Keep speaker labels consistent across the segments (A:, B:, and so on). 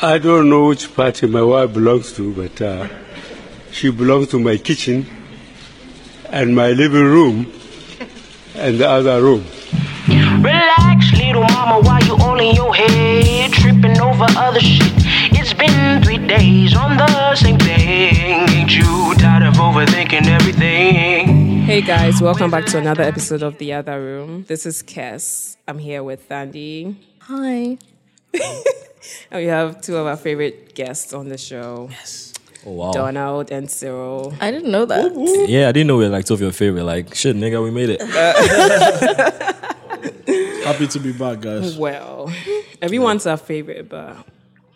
A: I don't know which party my wife belongs to, but uh, she belongs to my kitchen and my living room and the other room.
B: Relax, little mama, while you all in your head, tripping over other shit. It's been three days on the same thing. Ain't you tired of overthinking everything?
C: Hey guys, welcome back to another episode of The Other Room. This is Kes. I'm here with Thandi. Hi. and we have two of our favorite guests on the show,
D: Wow.
C: Donald and Cyril.
E: I didn't know that.
D: Yeah, I didn't know we were like two of your favorite. Like, shit, nigga, we made it.
F: Happy to be back, guys.
C: Well, everyone's our favorite, but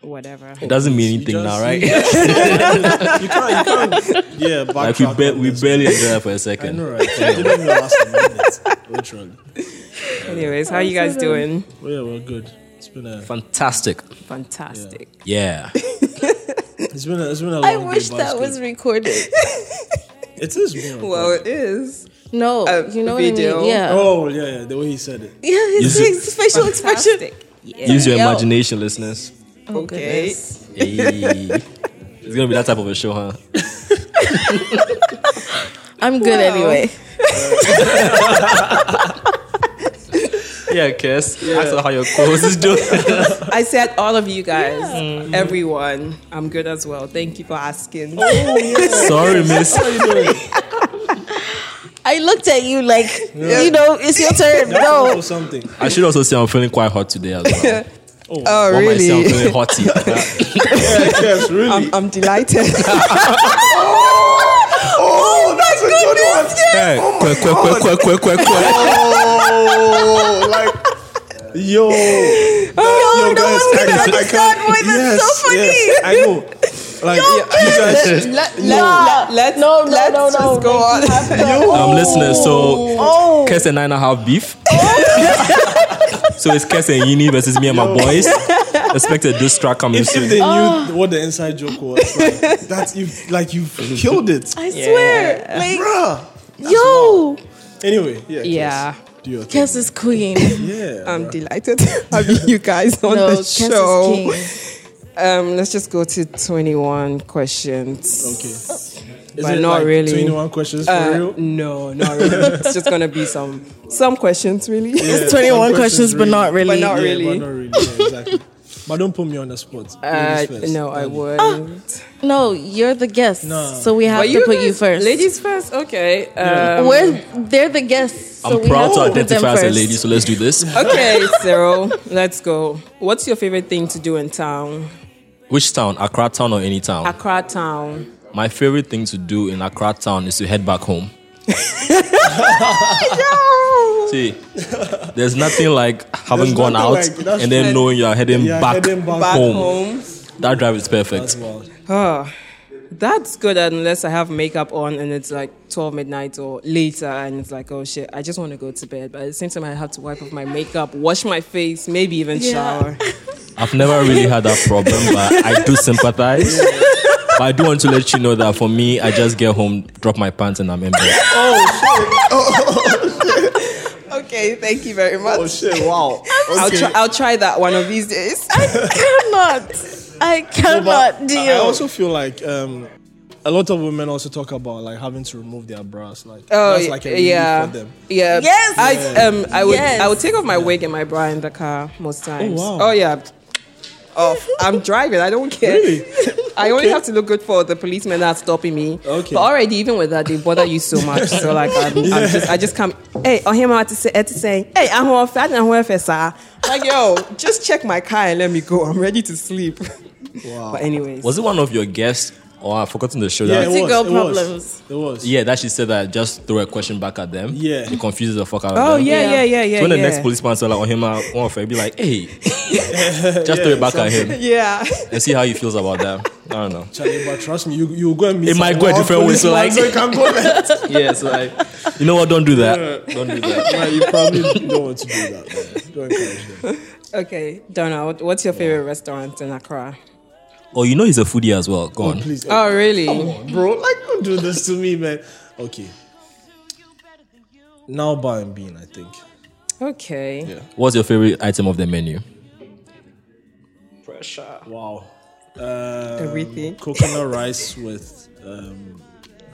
C: whatever.
D: It doesn't mean anything now, right?
F: You can't, you can't. Yeah, backtrack.
D: like, we, ba-
F: on
D: we
F: this.
D: barely enjoyed that for a
F: I know,
D: second.
F: right? You don't even last a minute. Literally.
C: Anyways, how you guys doing?
F: Well, yeah, we're good. It's been a
D: Fantastic.
C: Fantastic.
D: Yeah.
F: it's been a, it's been a long
E: I
F: day,
E: wish
F: but
E: that
F: it's
E: was
F: good.
E: recorded.
F: it is more.
C: Well, it is.
E: No,
C: A
E: you know what I
C: video.
E: mean? Yeah.
F: oh yeah, yeah, the way he said it.
E: Yeah, his
D: Is
E: ex- facial expression.
C: Fantastic.
D: Use your
E: Yo.
D: imagination, listeners.
E: Oh,
C: Okay.
E: goodness.
D: Hey. It's gonna be that type of a show, huh?
E: I'm good anyway.
D: Yeah, Kes. Ask her how your co-host is doing.
C: I said all of you guys,
F: Mm-hmm.
C: everyone. I'm good as well. Thank you for asking.
F: Oh,
D: Sorry, miss.
E: I looked at you like, you know, it's your turn.
F: Oh,
E: No.
F: something.
D: I should also say I'm feeling quite hot today as well.
E: Oh,
D: One might say I'm feeling hotty.
F: Yes, really.
C: I'm, I'm delighted.
F: oh, that's a good one.
D: Hey, quack, quack, quack, quack, quack, quack, quack.
F: Oh, like yo,
E: No,
F: yo,
E: Oh, no,
F: guys,
E: I'm
F: I
E: gonna understand
F: can't- I can't-
E: why that's
F: yes,
E: so funny.
F: Yes, I know. Like you guys,
C: let, let,
E: No.
C: let, let's,
E: No, no,
C: let's
E: no, no.
C: just go on.
D: Um, listeners, so
E: Oh,
D: Kes and I now have beef. so it's Kes and Yini versus me and my boys. Expect a diss track coming
F: if, if
D: soon.
F: they knew what the inside joke was, like, that's you. Like you killed it,
E: I swear. Like,
F: bruh.
E: yo.
F: Anyway, yeah,
C: Yeah. Um,
F: Kes, do your thing.
E: Kes is queen.
F: yeah,
C: I'm delighted to have you guys on
E: No,
C: the
E: Kes is
C: show.
E: king.
C: Um, let's just go to 21 questions.
F: Okay. Is
C: But not really.
F: 21 questions for
C: Uh,
F: real?
C: no, not really. it's just gonna be some some questions, really.
F: Yeah, some
E: It's 21 questions, but not
C: But
E: really.
C: not
F: Yeah,
C: really.
F: But not really. Yeah, exactly. but don't put me on the spot.
C: Uh,
F: Ladies first.
C: no, I
F: Done.
C: wouldn't.
E: Ah, No, you're the guest.
F: No.
E: So we have
C: But
E: to put you
C: guys-
E: first.
C: ladies first. Okay. Um,
E: We're, they're the guests. So
D: I'm
E: we
D: proud
E: have
D: to
E: put them
D: identify as a
E: first.
D: lady, so let's do this.
C: okay, Cyril. Let's go. What's your favorite thing to do in town?
D: Which town? Accra town or any town?
C: Accra town.
D: My favorite thing to do in Accra town is to head back home. See, there's nothing like having
F: There's
D: gone out
F: nothing like- that's
D: and then
F: right.
D: knowing you're heading,
F: Yeah,
D: back,
F: heading back
C: Back
D: home.
C: home.
D: That drive is perfect.
F: That's wild.
C: Oh, that's good unless I have makeup on and it's like 12 midnight or later and it's like, oh shit, I just want to go to bed. But at the same time, I have to wipe off my makeup, wash my face, maybe even shower.
D: I've never really had that problem, but I do sympathize. But I do want to let you know that for me, I just get home, drop my pants, and I'm in bed.
C: Okay, thank you very much.
F: Oh shit! Wow.
C: I'll,
F: Okay.
C: try, I'll try that one of these days.
E: I cannot. I
F: But
E: cannot
F: I
E: deal.
F: also feel like um, a lot of women also talk about like having to remove their bras. Like that's like a relief
C: Oh, yeah,
F: for them.
C: yeah.
E: Yes.
C: I um I would
E: Yes.
C: I would take off my wig and my bra in the car most times.
F: wow.
C: Oh yeah, off. I'm driving. I don't care. I only have to look good for the policemen that's stopping me.
F: Okay.
C: But already, even with that, they bother you so much. So like, I'm, I'm just, I just come. Hey, oh him out to say, to saying, hey, I'm on fat and I'm FSR. Like yo, just check my car and let me go. I'm ready to sleep. Wow. But anyways,
D: Was it one of your guests? Or I've forgotten the show.
F: Yeah,
D: that,
F: it was.
E: Practical
F: it was,
E: problems.
F: It was.
D: yeah, that she said that just throw a question back at them.
F: Yeah.
D: It confuses the fuck out of
C: oh
D: them.
C: yeah, yeah, yeah, yeah.
D: So when the
C: yeah.
D: next policeman saw like on him uh, one of her, be like, hey, just throw it back at him
C: Yeah.
D: and see how he feels about that. I don't know.
F: Charlie, but trust me, you you go and meet.
D: It might
F: some
D: go a
F: wild
D: different way, so, like-
F: policeman, so you can go left.
D: Yeah, so like, you know what? Don't do that. Don't do that.
F: Like, you probably don't want to do that. man. Don't encourage them.
C: Okay, Donald, what's your favorite restaurant in Accra?
D: Oh, you know he's a foodie as well. Go on.
F: Please,
C: Oh, really?
F: bro. Like, don't do this to me, man. Okay. Now bar and bean, I think.
C: Okay.
D: What's your favorite item of the menu?
C: Russia.
F: Wow. Um,
C: Everything.
F: Coconut rice with, um,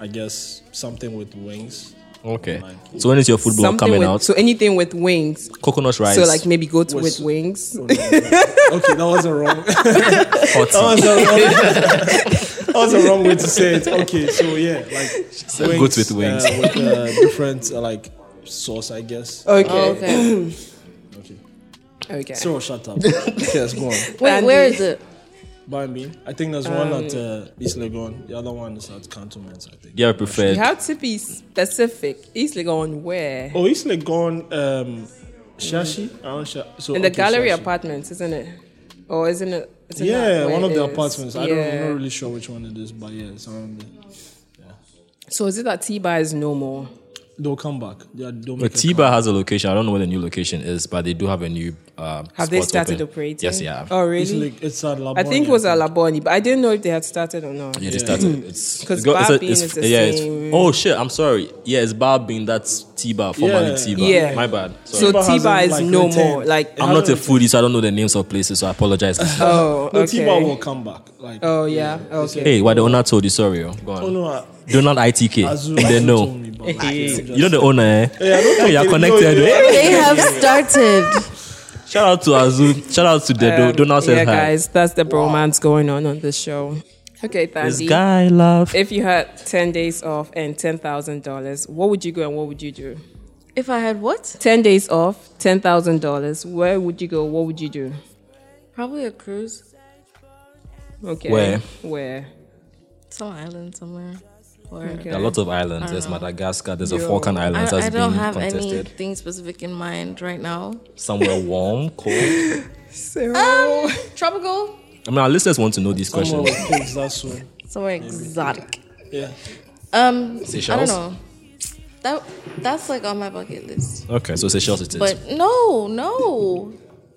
F: I guess, something with wings.
D: Okay. So when is your football coming
C: with,
D: out?
C: So anything with wings.
D: Coconut rice.
C: So like maybe goat
F: Was-
C: with wings.
F: Okay, that wasn't wrong. that
D: hot sauce.
F: was a wrong. that was a wrong way to say it. Okay, so yeah, like
D: said goat with
F: uh,
D: wings.
F: with uh, different uh, like sauce, I guess.
C: Okay.
E: okay.
F: Okay.
C: Okay.
F: Cyril, shut up. yes, go on.
E: Wait,
C: Andy.
E: where is it?
F: Bambi. I think there's one at
C: Um,
F: uh, East Legon. The other one is at Cantonment, I think.
D: Yeah, I prefer.
C: you have to be specific. East Legon where?
F: Oh, East Legon, um, Shashi. Around Sha- so,
C: In the
F: Oh, okay,
C: gallery
F: Shashi.
C: apartments, isn't it? Or isn't it? isn't
F: Yeah,
C: that where
F: one of
C: it
F: the
C: is?
F: apartments. I don't, I'm
C: Yeah.
F: not really sure which one it is, but yeah, it's around there.
C: So is it that T bar is no more?
F: They'll come back. Yeah, they'll make
D: But
F: a
D: Tiba has a location. I don't know where the new location is, but they do have a new. Uh,
C: Have they
D: spot
C: started
D: open.
C: operating?
D: Yes, yeah.
C: Oh
F: come. It's,
C: really?
F: like, it's at La
C: I think it
F: Bonia,
C: was at
F: think.
C: Laboni, but I didn't know if they had started or not.
D: Yeah, they started. It's
C: Hmm. 'Cause
D: got-
C: Bar Bean is the
D: yeah, it's-
C: same.
D: oh shit! I'm sorry. Yeah, it's Barbin. That's Tiba, formerly
F: Yeah.
D: Tiba.
C: Yeah.
D: my bad. Sorry.
C: So
F: T-Bar
C: T bar
F: hasn't,
C: is
F: like,
C: no
F: retained.
C: more. Like
D: I'm not a foodie, so I don't know the names of places. So I apologize.
C: oh
F: No,
C: okay.
F: Tiba will come back. Like,
C: Oh yeah. Okay.
D: hey, why the owner told you? Sorry, oh. go on.
F: oh no, I-
D: Donald ITK.
F: Azu,
D: they
F: Azu told
D: know.
F: me, but like, it's just-
D: You know the owner, eh?
F: I
D: Oh,
F: don't
D: you're
F: fucking know
D: connected.
F: you.
D: eh?
E: They have started.
D: Shout out to Azu. Shout out to Dedo.
C: Um,
D: Donald said
C: yeah,
D: hi.
C: guys, that's the bromance going on on this show. Okay,
D: This
C: Thandi.
D: guy love.
C: If you had ten days off and ten thousand dollars, what would you go and what would you do?
E: If I had what?
C: Ten days off, ten thousand dollars. Where would you go? What would you do?
E: Probably a cruise.
C: Okay.
D: Where?
C: Where?
E: Some island somewhere. Or
D: There are lots of islands. There's Madagascar. There's a Falkland
E: Uh-huh. I,
D: Islands
E: I
D: that's been
E: don't have
D: contested.
E: anything specific in mind right now.
D: Somewhere warm, cold. I
E: Um, tropical.
D: mean, our listeners want to know these
F: Come on,
D: questions.
F: pigs, that's one.
E: Somewhere exotic.
F: Yeah.
E: Um, I don't
D: Seychelles?
E: know. That that's like on my bucket list.
D: Okay, so Seychelles it is.
E: But no, no,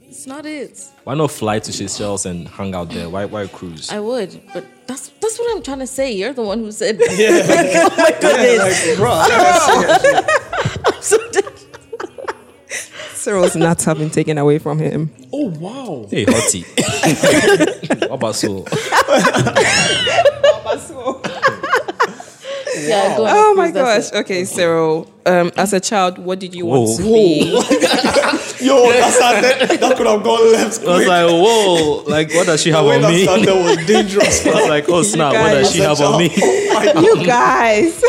E: it's not it.
D: why not fly to Seychelles and hang out there? Why, why cruise?
E: I would, but that's that's what I'm trying to say. You're the one who said
F: Like, bro,
C: Cyril's nuts have been taken away from him.
F: oh, wow.
D: hey, hottie. what about so?
E: yeah. Go on a
C: Oh my
E: cruise, that's
C: gosh. Okay, Cyril. Um, as a child, what did you want
D: Whoa.
C: to be?
F: Yo, that started, that could have gone left.
D: I was like, whoa, like, what does she have on me? I
F: was dangerous.
D: was like, oh snap, what does she have on me?
F: oh
C: you guys.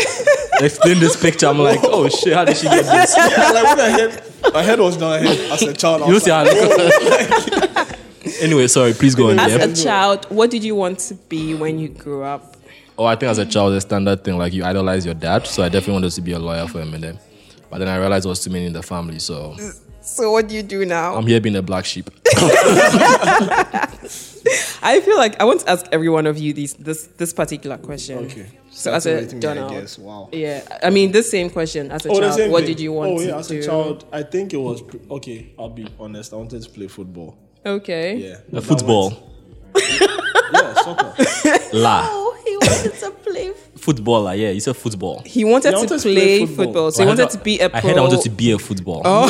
D: Explain this picture. I'm like, oh shit, how did she get this?
F: Yeah, like when I head, my head was down here as a child. I
D: You
F: was
D: see how
F: like,
D: Anyway, sorry, please go on.
C: As
D: Yeah.
C: a child, what did you want to be when you grew up?
D: Oh, I think as a child, the standard thing, like you idolize your dad. So I definitely wanted to be a lawyer for a minute. But then I realized there was too many in the family. So
C: So what do you do now?
D: I'm here being a black sheep.
C: I feel like I want to ask every one of you these this this particular question.
F: okay.
C: So as
F: That's
C: a
F: everything that I
C: Donald.
F: guess. Wow.
C: Yeah. I mean this same question as a
F: Oh, the
C: child.
F: same
C: What
F: thing.
C: did you want
F: Oh,
C: to
F: yeah, as
C: do?
F: a child, I think it was pre- okay. I'll be honest. I wanted to play football.
C: Okay.
F: Yeah,
D: A
F: But that
D: football.
F: was- yeah, soccer.
D: La.
E: Oh, he wanted to play.
D: Footballer, yeah, you said football.
C: He wanted,
F: He wanted
C: to play football. So he
D: I heard
C: wanted
D: I-
C: to be a pro. Oh.
D: I heard I wanted to be a football.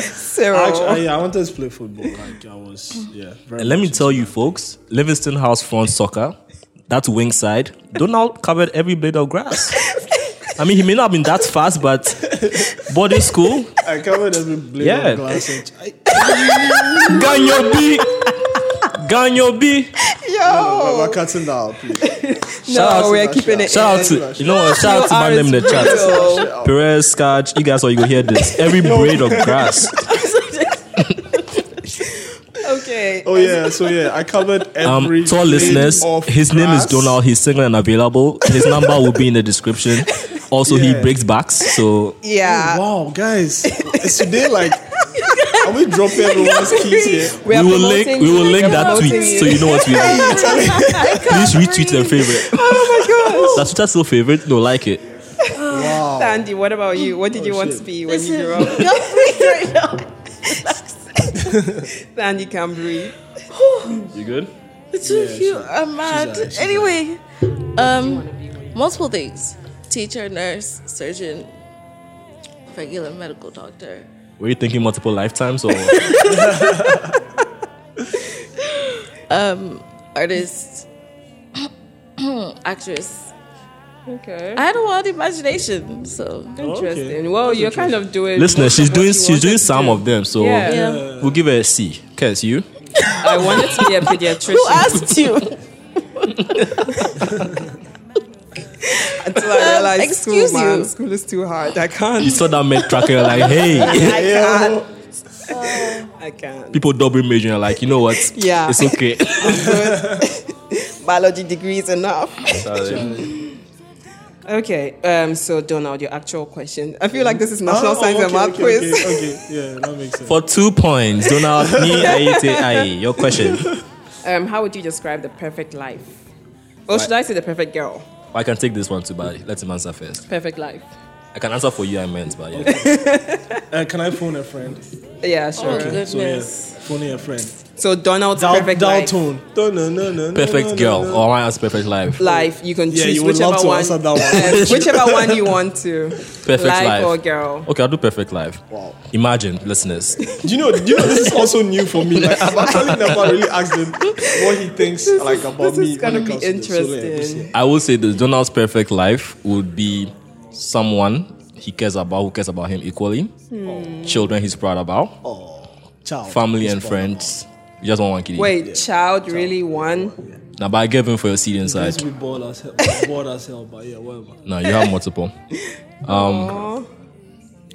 C: Cyril.
F: Actually, yeah, I wanted to play football. Like I was, yeah. Very
D: And let me
F: much
D: tell you, folks, Livingston House front soccer, that wing side, Donald covered every blade of grass. I mean, he may not have been that fast, but boarding school,
F: into- I covered every blade
D: Yeah.
F: of glass. And I,
D: Ganyo B, Ganyo B.
F: we're cutting that out, please.
C: no, we're keeping it.
D: Shout out
C: in.
D: to you know what? Shout out to
C: You
D: my
C: are
D: name in the chat.
C: Cyril.
D: Perez, Skaj, you guys, or you go hear this every blade of grass.
C: okay.
F: Oh yeah, so yeah, I covered
D: Um,
F: every.
D: to our
F: blade
D: listeners,
F: of
D: his name is
F: grass.
D: Donald. He's single and available. His number will be in the description. Also, he
F: Yeah.
D: breaks backs, so
C: Yeah.
D: oh,
F: Oh, Wow, guys, is today like? Are we dropping everyone's keys here?
C: We, are
D: we will link
C: promoting
D: we
C: you.
D: will link
C: We're
D: that
C: promoting
D: tweet
C: you.
D: so you know what we did. Please retweet and favorite. Oh my gosh. That's Twitter still favorite? No, like it.
C: Sandy, what about you? What
D: Oh,
C: did you want to
F: shit.
C: be when you grew up? Sandy can breathe.
D: You good?
E: It's too cute. I'm mad.
F: she's a-
E: anyway, um, multiple things: teacher, nurse, surgeon, regular medical doctor.
D: Were you thinking multiple lifetimes or
E: um, artist, actress.
C: Okay.
E: I had a wild imagination, so
C: Interesting. Well, you're kind of doing.
D: Listener,
C: most
D: she's
C: of what
D: doing
C: you
D: she's
C: wanted
D: doing
C: to
D: some
C: do.
D: of them, so
C: Yeah.
E: yeah.
D: we'll give her a C. Cause you.
C: I wanted to be a pediatrician
E: Who asked you?
C: until I realized
E: excuse
C: school, man,
E: you.
C: school is too hard. I can't.
D: You saw that med tracker you're like, hey,
C: I can't. I can't.
D: people double major. You're like, you know what?
C: Yeah.
D: It's okay.
C: Biology degree is enough. Okay, um, so Donald, your actual question. I feel like this is National
F: Oh,
C: Science
F: okay,
C: and Math
F: okay,
C: Quiz.
F: Okay, okay, yeah, that makes sense.
D: For two points, Donald, me, I, te- I. Your question.
C: Um, how would you describe the perfect life? Or should I say the perfect girl?
D: I can take this one too, but let him answer first.
C: Perfect life.
D: I can answer for you, I meant, but yeah.
F: Uh, can I phone a friend?
C: Yeah, sure.
E: Oh,
F: So yeah,
E: goodness.
F: phoning a friend.
C: So Donald's
F: Dial,
C: perfect
F: dial
C: life.
F: tone. Dun, dun, dun, dun,
D: Perfect
F: dun,
D: girl,
F: dun, dun.
D: or I answer perfect life.
C: Life, you can choose
F: Yeah, you would
C: whichever
F: love to
C: one,
F: answer that
C: Yes, whichever one you want to.
D: Perfect life.
C: or girl.
D: Okay, I'll do perfect life. Wow. Imagine, listeners.
F: Do you know? Do you know? This is also new for me. Like, I've actually never really asked him what he thinks like about
C: this
F: me.
C: is
F: when
C: gonna
F: it
C: be
F: comes to this. So, yeah, this
C: interesting.
F: is-
D: I would say this Donald's perfect life would be someone he cares about, who cares about him equally,
C: Hmm.
D: children he's proud about,
F: Ciao.
D: family and friends. You just want one kid.
C: Wait, child, really one?
D: Now, but I gave him for your seat inside.
F: This we bored as hell. bored as hell, but yeah, whatever.
D: No, you have multiple. Um,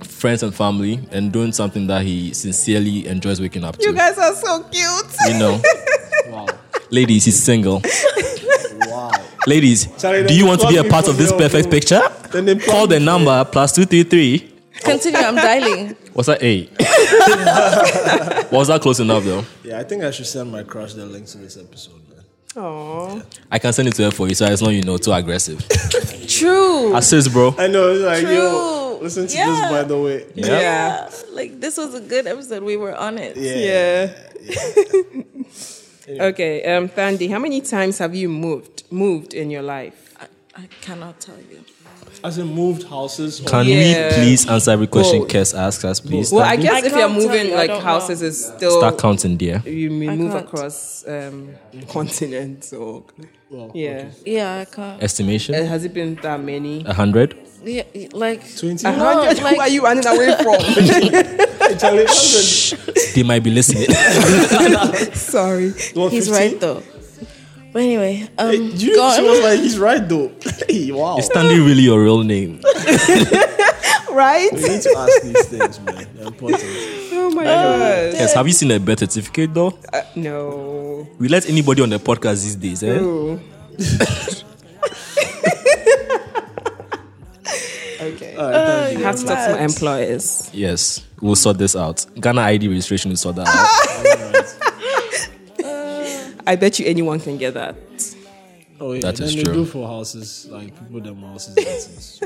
D: friends and family, and doing something that he sincerely enjoys waking up to.
C: You guys are so cute.
D: You know,
F: Wow.
D: ladies, he's single.
F: Wow.
D: Ladies,
F: Sorry,
D: do you want to be a
F: plug
D: part
F: me
D: of this
F: for your
D: perfect
F: phone.
D: picture?
F: Then they plug
D: Call the
F: me.
D: number plus two three three.
E: Continue. I'm dialing.
D: What's that eight? Was that close enough though?
F: Yeah, I think I should send my crush the link to this episode, man.
C: Aww.
D: I can send it to her for you, so as long you know, too aggressive.
E: True.
D: Assist, bro.
F: I know. It's like, yo,
E: True.
F: listen to
E: Yeah.
F: this, by the way. Yeah.
D: Yeah.
E: Yeah, like this was a good episode. We were on it.
C: Yeah. okay, um, Thandi, how many times have you moved moved in your life?
E: I, I cannot tell you.
F: As in moved houses. Or
D: Can
C: Yeah.
D: we please answer every question
C: Both.
D: Kes asks us, please?
C: Well, I
D: Thank you.
C: guess
E: I
C: if you're
E: can't tell
C: moving
E: you, I
C: like
E: don't know.
C: houses, it's still
D: Start counting, dear.
C: you may
E: I
C: move
E: can't.
C: across um, continents. Or yeah,
E: Yeah, I can't.
C: Uh,
D: Estimation?
C: has it been that many?
D: A hundred?
E: Yeah, like
F: 20
C: A hundred?
E: like-
C: Who are you running away from?
F: Charlie, 100.
D: They might be listening.
C: Sorry.
F: What,
E: he's
F: 15?
E: right though. But anyway, um,
F: Hey, do you
E: go
F: know, she
E: on.
F: was like, he's right though. Hey, wow.
D: Is Stanley really your real name?
C: Right?
F: We need to ask these things, man. They're important.
C: Oh my god.
D: Yes, have you seen a birth certificate though?
C: Uh, no.
D: We let anybody on the podcast these days, eh?
C: Ooh. okay. I have to talk to my employers.
D: Yes, we'll sort this out. Ghana ID registration will sort that out.
C: I bet you anyone can get that.
F: Oh, yeah.
D: That
F: then
D: is
F: they
D: true.
F: do for houses, like people them houses. that is-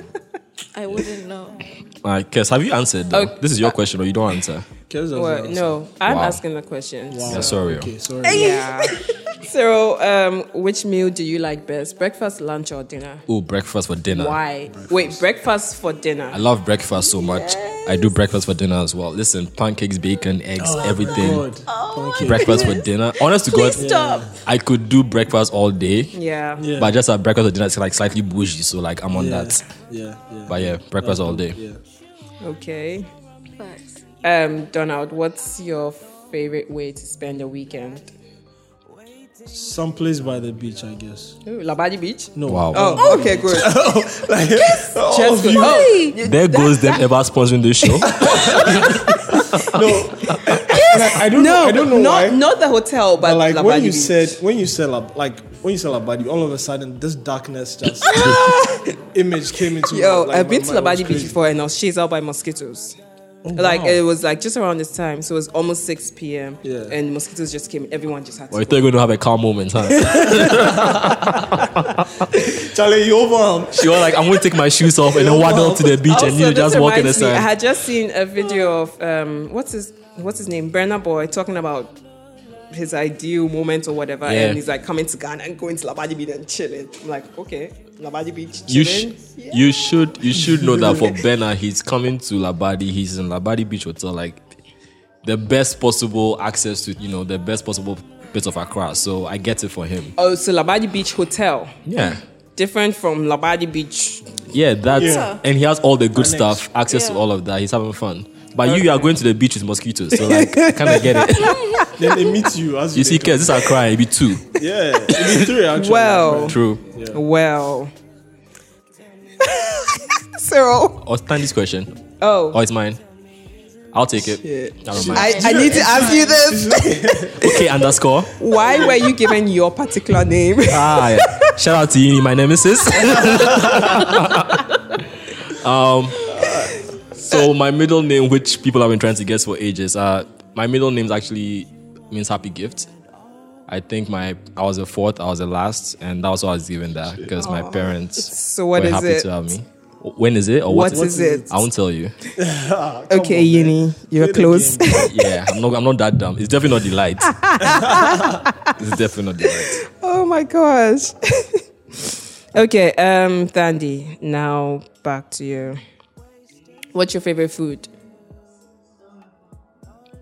E: I wouldn't know.
D: Alright, Kes, have you answered though?
C: Okay.
D: This is your question or you don't answer.
F: Kes doesn't
C: Well,
F: answer.
C: no, I'm
D: Wow.
C: asking the question.
F: Wow.
D: Yeah, sorry.
F: Okay, sorry.
C: Yeah. so, um, which meal do you like best? Breakfast, lunch, or dinner?
D: Oh, breakfast for dinner.
C: Why? Wait, breakfast for dinner.
D: I love breakfast so much. I do breakfast for dinner as well. Listen, pancakes, bacon, eggs, everything.
F: God. Oh,
D: Breakfast for dinner. Honest to God,
E: Please stop.
D: I could do breakfast all day,
C: Yeah.
F: Yeah.
D: but just at breakfast for dinner, it's like slightly bougie, so like I'm on
F: yeah.
D: that.
F: Yeah, yeah.
D: But yeah, breakfast all day.
F: Yeah.
C: Okay.
E: Facts.
C: Um, Donald, what's your favorite way to spend a weekend?
F: Someplace by the beach, I guess.
C: Ooh, Labadi Beach.
F: No.
D: Wow.
C: Oh, okay, good.
F: Like, all
C: Just
F: of
C: good.
F: you.
C: Oh, you-
D: There goes them ever sponsoring this show.
F: No. I, I don't know. I don't know why.
C: not, not the hotel, but,
F: But like
C: Labadi
F: when you
C: Beach.
F: said when you said Lab- like when you said Labadi, all of a sudden this darkness just image came into
C: Ah.
F: my-
C: Yo,
F: like,
C: I've
F: my
C: been to
F: mind was
C: Labadi Beach
F: crazy. Oh,
C: before and I was chased out by mosquitoes. like
F: wow.
C: it was like just around this time, so it was almost six p.m.
F: Yeah.
C: and mosquitoes just came. Everyone just had to.
D: Or you thought you're going to have a calm moment, huh?
F: Charlie, you overwhelmed.
D: She was like, I'm going to take my shoes off and then waddle to the beach and you just walk in the
C: reminds me, I
D: sand.
C: had just seen a video of um, what's his what's his name, Brenna Boy, talking about his ideal moment or whatever,
D: Yeah.
C: and he's like coming to Ghana and going to Labadi Beach and chilling. I'm like, okay, Labadi Beach,
D: You,
C: chilling.
D: sh- you should you should know that for Benna, he's coming to Labadi. He's in Labadi Beach Hotel, like the best possible access to you know the best possible bit of Accra, so I get it for him.
C: Oh, so Labadi Beach Hotel,
D: Yeah.
C: different from Labadi Beach.
D: Yeah, that's
F: Yeah.
D: and he has all the good
F: Annex.
D: stuff, access to
E: Yeah.
D: all of that. He's having fun. But you, you are going to the beach with mosquitoes, so like, I kind of get it.
F: Then they meet you as
D: You see,
F: they-
D: kids, these are crying. It'd be two.
F: Yeah, it'd be three actually.
C: Well,
D: True.
C: well. Cyril.
D: Or stand this Oh, question.
C: Oh.
D: Oh, it's mine. I'll take it. I don't mind.
C: I, I need to ask you this.
D: Okay, underscore.
C: Why were you given your particular name?
D: Ah, yeah. shout out to you, my nemesis. um, so my middle name, which people have been trying to guess for ages, uh, my middle name actually means happy gift. I think my I was the fourth, I was the last, and that was why I was given that because my parents
C: So what
D: were
C: is
D: happy
C: it?
D: to have me. When is it or what,
C: What is it?
D: I won't tell you.
C: okay, Yini, you're close.
D: Yeah, I'm not. I'm not that dumb. It's definitely not delight. it's definitely not delight.
C: oh my gosh. okay, um, Dandy, now back to you. What's your favorite food?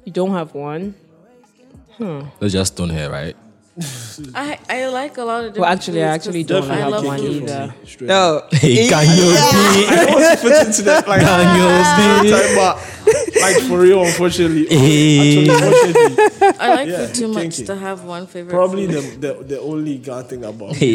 C: You don't have one?
D: Let's just stone hair, right?
E: I, I like a lot of different
C: Well, actually, I
E: foods
C: actually
E: 'cause
C: don't
F: Definitely
E: I
C: have
E: love
C: one
E: food.
C: either.
F: Straight up.
C: No.
D: Hey,
C: Eh,
D: can you be?
F: I want to fit into that like
D: Can you be?
F: type, but like for real, unfortunately.
D: Eh.
F: Actually, unfortunately,
E: I like
F: Yeah,
E: food too much
F: kinky.
E: to have one favorite.
F: probably
E: food.
F: the, the the only God thing about.
D: Hey,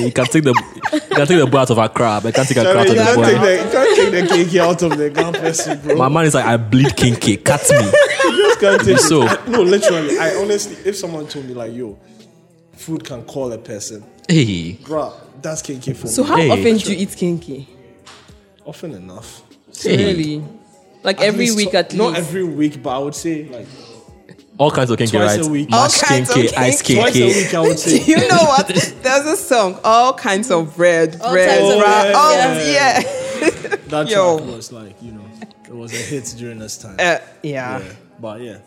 D: you can take the you can take the boy out of a crab. I can't take a crab out
F: Charlie,
D: of
F: you can't
D: the
F: take
D: boy.
F: the you can't take the cake out of the God person, bro.
D: My man is like, I bleed kinky, cut me.
F: just can't take
D: So-
F: it. I- no, literally. I honestly, if someone told me like, yo, food can call a person,
D: Hey,
F: bruh, that's kinky for
C: So
F: me.
C: how
D: Hey.
C: often do you eat kinky?
F: Often enough.
D: hey.
C: Really? Like
F: At
C: every
F: least
C: week
F: to-
C: at least.
F: Not every week, but I would say like
D: all kinds of kinky,
F: Twice
D: right?
F: a week.
D: Mash
C: All kinds of
D: kinky, ice
C: kinky.
F: twice a
D: kinky.
F: week. I would
C: Do
F: say.
C: you know what? There's a song, all kinds of bread,
E: All
C: bread,
E: kinds
F: of
C: ra-
F: bread,
C: Oh yeah,
F: yeah. That
C: Yo.
F: track was like, you know, it was a hit during this time.
C: Uh, yeah.
F: Yeah. But yeah,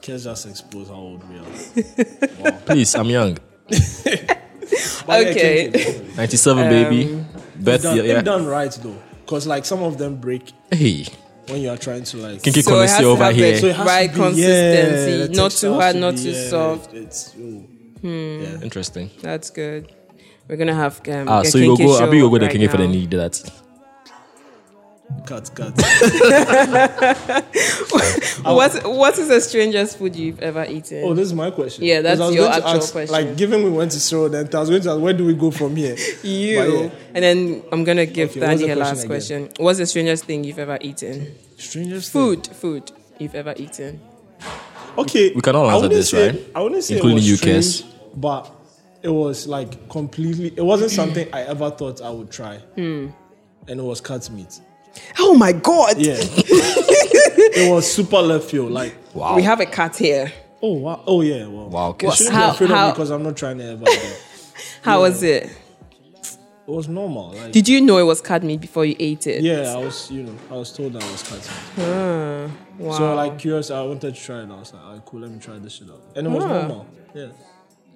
F: kids just expose how old we are.
D: Please, I'm young.
F: But yeah,
C: Okay.
F: kinky, definitely.
D: 97, baby. Birth
F: done,
D: year, yeah.
F: if done right though, because like some of them break
D: Hey,
F: when you are trying to like.
D: kinky
C: So it has
D: connoisseur
C: to
D: over
C: have
D: here.
C: it.
F: it has
C: right
F: to be-
C: consistency,
F: the
C: not too
F: texture has
C: hard,
F: to
C: not
F: be,
C: too
F: yeah,
C: soft.
F: It's yo,
D: Interesting.
C: That's good. We're gonna have um,
D: Ah,
C: a
D: so you
C: kinky
D: go. I
C: show
D: be you go the
C: right
D: kinky for the
C: now.
D: need that.
F: cut, cut.
C: What What is the strangest food you've ever eaten?
F: Oh, this is my question.
C: Yeah, that's
F: 'Cause I was
C: your
F: going to
C: actual
F: ask,
C: question.
F: Like, given we went to Cyril, then I was going to ask, where do we go from here?
C: you.
F: But yeah.
C: And then I'm gonna give
F: Okay, what's
C: Danny
F: the
C: her
F: question
C: last
F: again?
C: question. What's the strangest thing you've ever eaten?
F: Strangest thing.
C: Food, food you've ever eaten.
F: Okay,
D: We can all
F: I
D: answer
F: wouldn't
D: this,
F: say-
D: right?
F: I wouldn't say
D: Including
F: it was
D: you,
F: strange,
D: Kes.
F: but it was like completely. It wasn't something I ever thought I would try, and it was cut meat.
C: Hmm. Oh my god!
F: Yeah, it was super left field. Like,
D: Wow.
C: We have a cat here.
F: oh wow, oh yeah, well,
D: Wow, Kes.
F: You shouldn't
C: How-
F: be afraid of
C: how-
F: me because I'm not trying to ever. again.
C: How was it?
F: It was normal. Like,
C: Did you know it was cat meat before you ate it?
F: yeah, I was, you know, I was told that I was cut meat.
C: Wow.
F: So like curious, I wanted to try it. I was like, alright, cool, let me try this shit out. And it was
C: Ah.
F: normal. Yeah.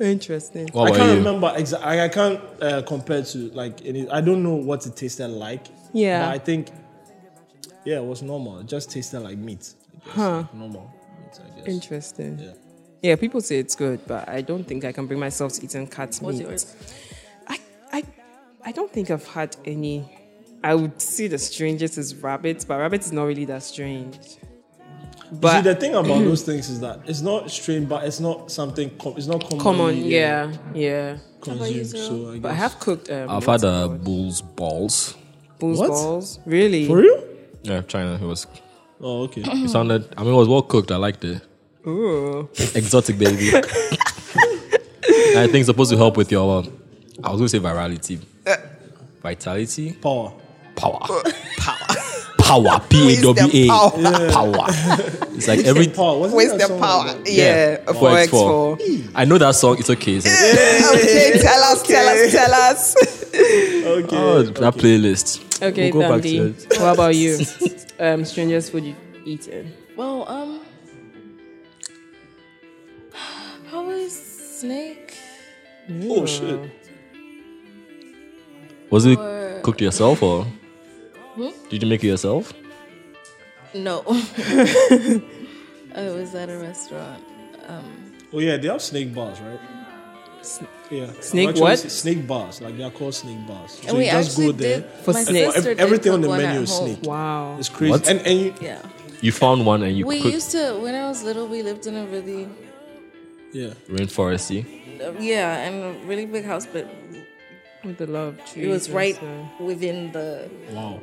C: Interesting.
D: What
F: I
D: about
F: can't
D: you?
F: remember exactly. I, I can't uh, compare to like any. I don't know what it tasted like.
C: Yeah.
F: But I think, yeah, it was normal. It just tasted like meat. I guess.
C: Huh.
F: Like normal meat, I guess.
C: Interesting.
F: Yeah.
C: Yeah, people say it's good, but I don't think I can bring myself to eating cat
E: What's
C: meat.
E: yours?
C: I, I, I don't think I've had any. I would say the strangest is rabbit, but rabbit is not really that strange.
F: See, the
C: But
F: thing about those things is that it's not strange, but it's not something. Com- it's not common.
C: common, yeah, yeah.
F: Consumed. So I guess.
C: But I have cooked. Um,
D: I've
C: what's
D: had
C: it
D: a
C: called?
D: bull's balls.
C: bull's
F: What?
C: balls. Really?
F: For real?
D: Yeah, China. It was.
F: Oh, okay.
D: It sounded. I mean, it was well cooked. I liked it.
C: Ooh.
D: exotic baby. I think it's supposed to help with your. Um, I was going to say virality, vitality,
F: Power.
D: power, power, power, P A W A, power. It's like every.
F: Power. Wasn't
C: Where's
F: that
C: the
F: song
C: power?
F: about-
C: Yeah,
D: Yeah,
C: four x
D: 4x4.
C: four.
D: I know that song. It's okay. It's like,
C: Okay, tell us, tell us, tell us.
F: Okay.
D: oh, that playlist.
C: Okay,
D: We'll go back
C: Dandy.
D: to it.
C: What about you? um, strangest food you've eaten?
E: Well, um, probably snake.
F: oh shit.
D: Was it cooked yourself or?
E: Hmm?
D: Did you make it yourself?
E: Oh, No, I was at a restaurant. Um,
F: Oh yeah, they have snake bars, right? Yeah.
C: Snake
F: Actually,
C: what?
F: Snake bars, like they are called snake bars. So
E: And we
F: you just
E: actually
F: go there.
E: did.
C: For
E: my
C: snake.
E: sister
F: Ev-
E: did
F: everything on the
E: one at
F: menu is
E: home.
F: snake.
C: Wow.
F: It's crazy.
D: What?
F: And and you,
E: Yeah.
D: You found one and you
E: We
D: cooked
E: used to when I was little. We lived in a really
F: yeah.
D: rainforesty.
E: yeah, and a really big house, but
C: With the love
E: it was right
C: uh,
E: within the
F: Wow.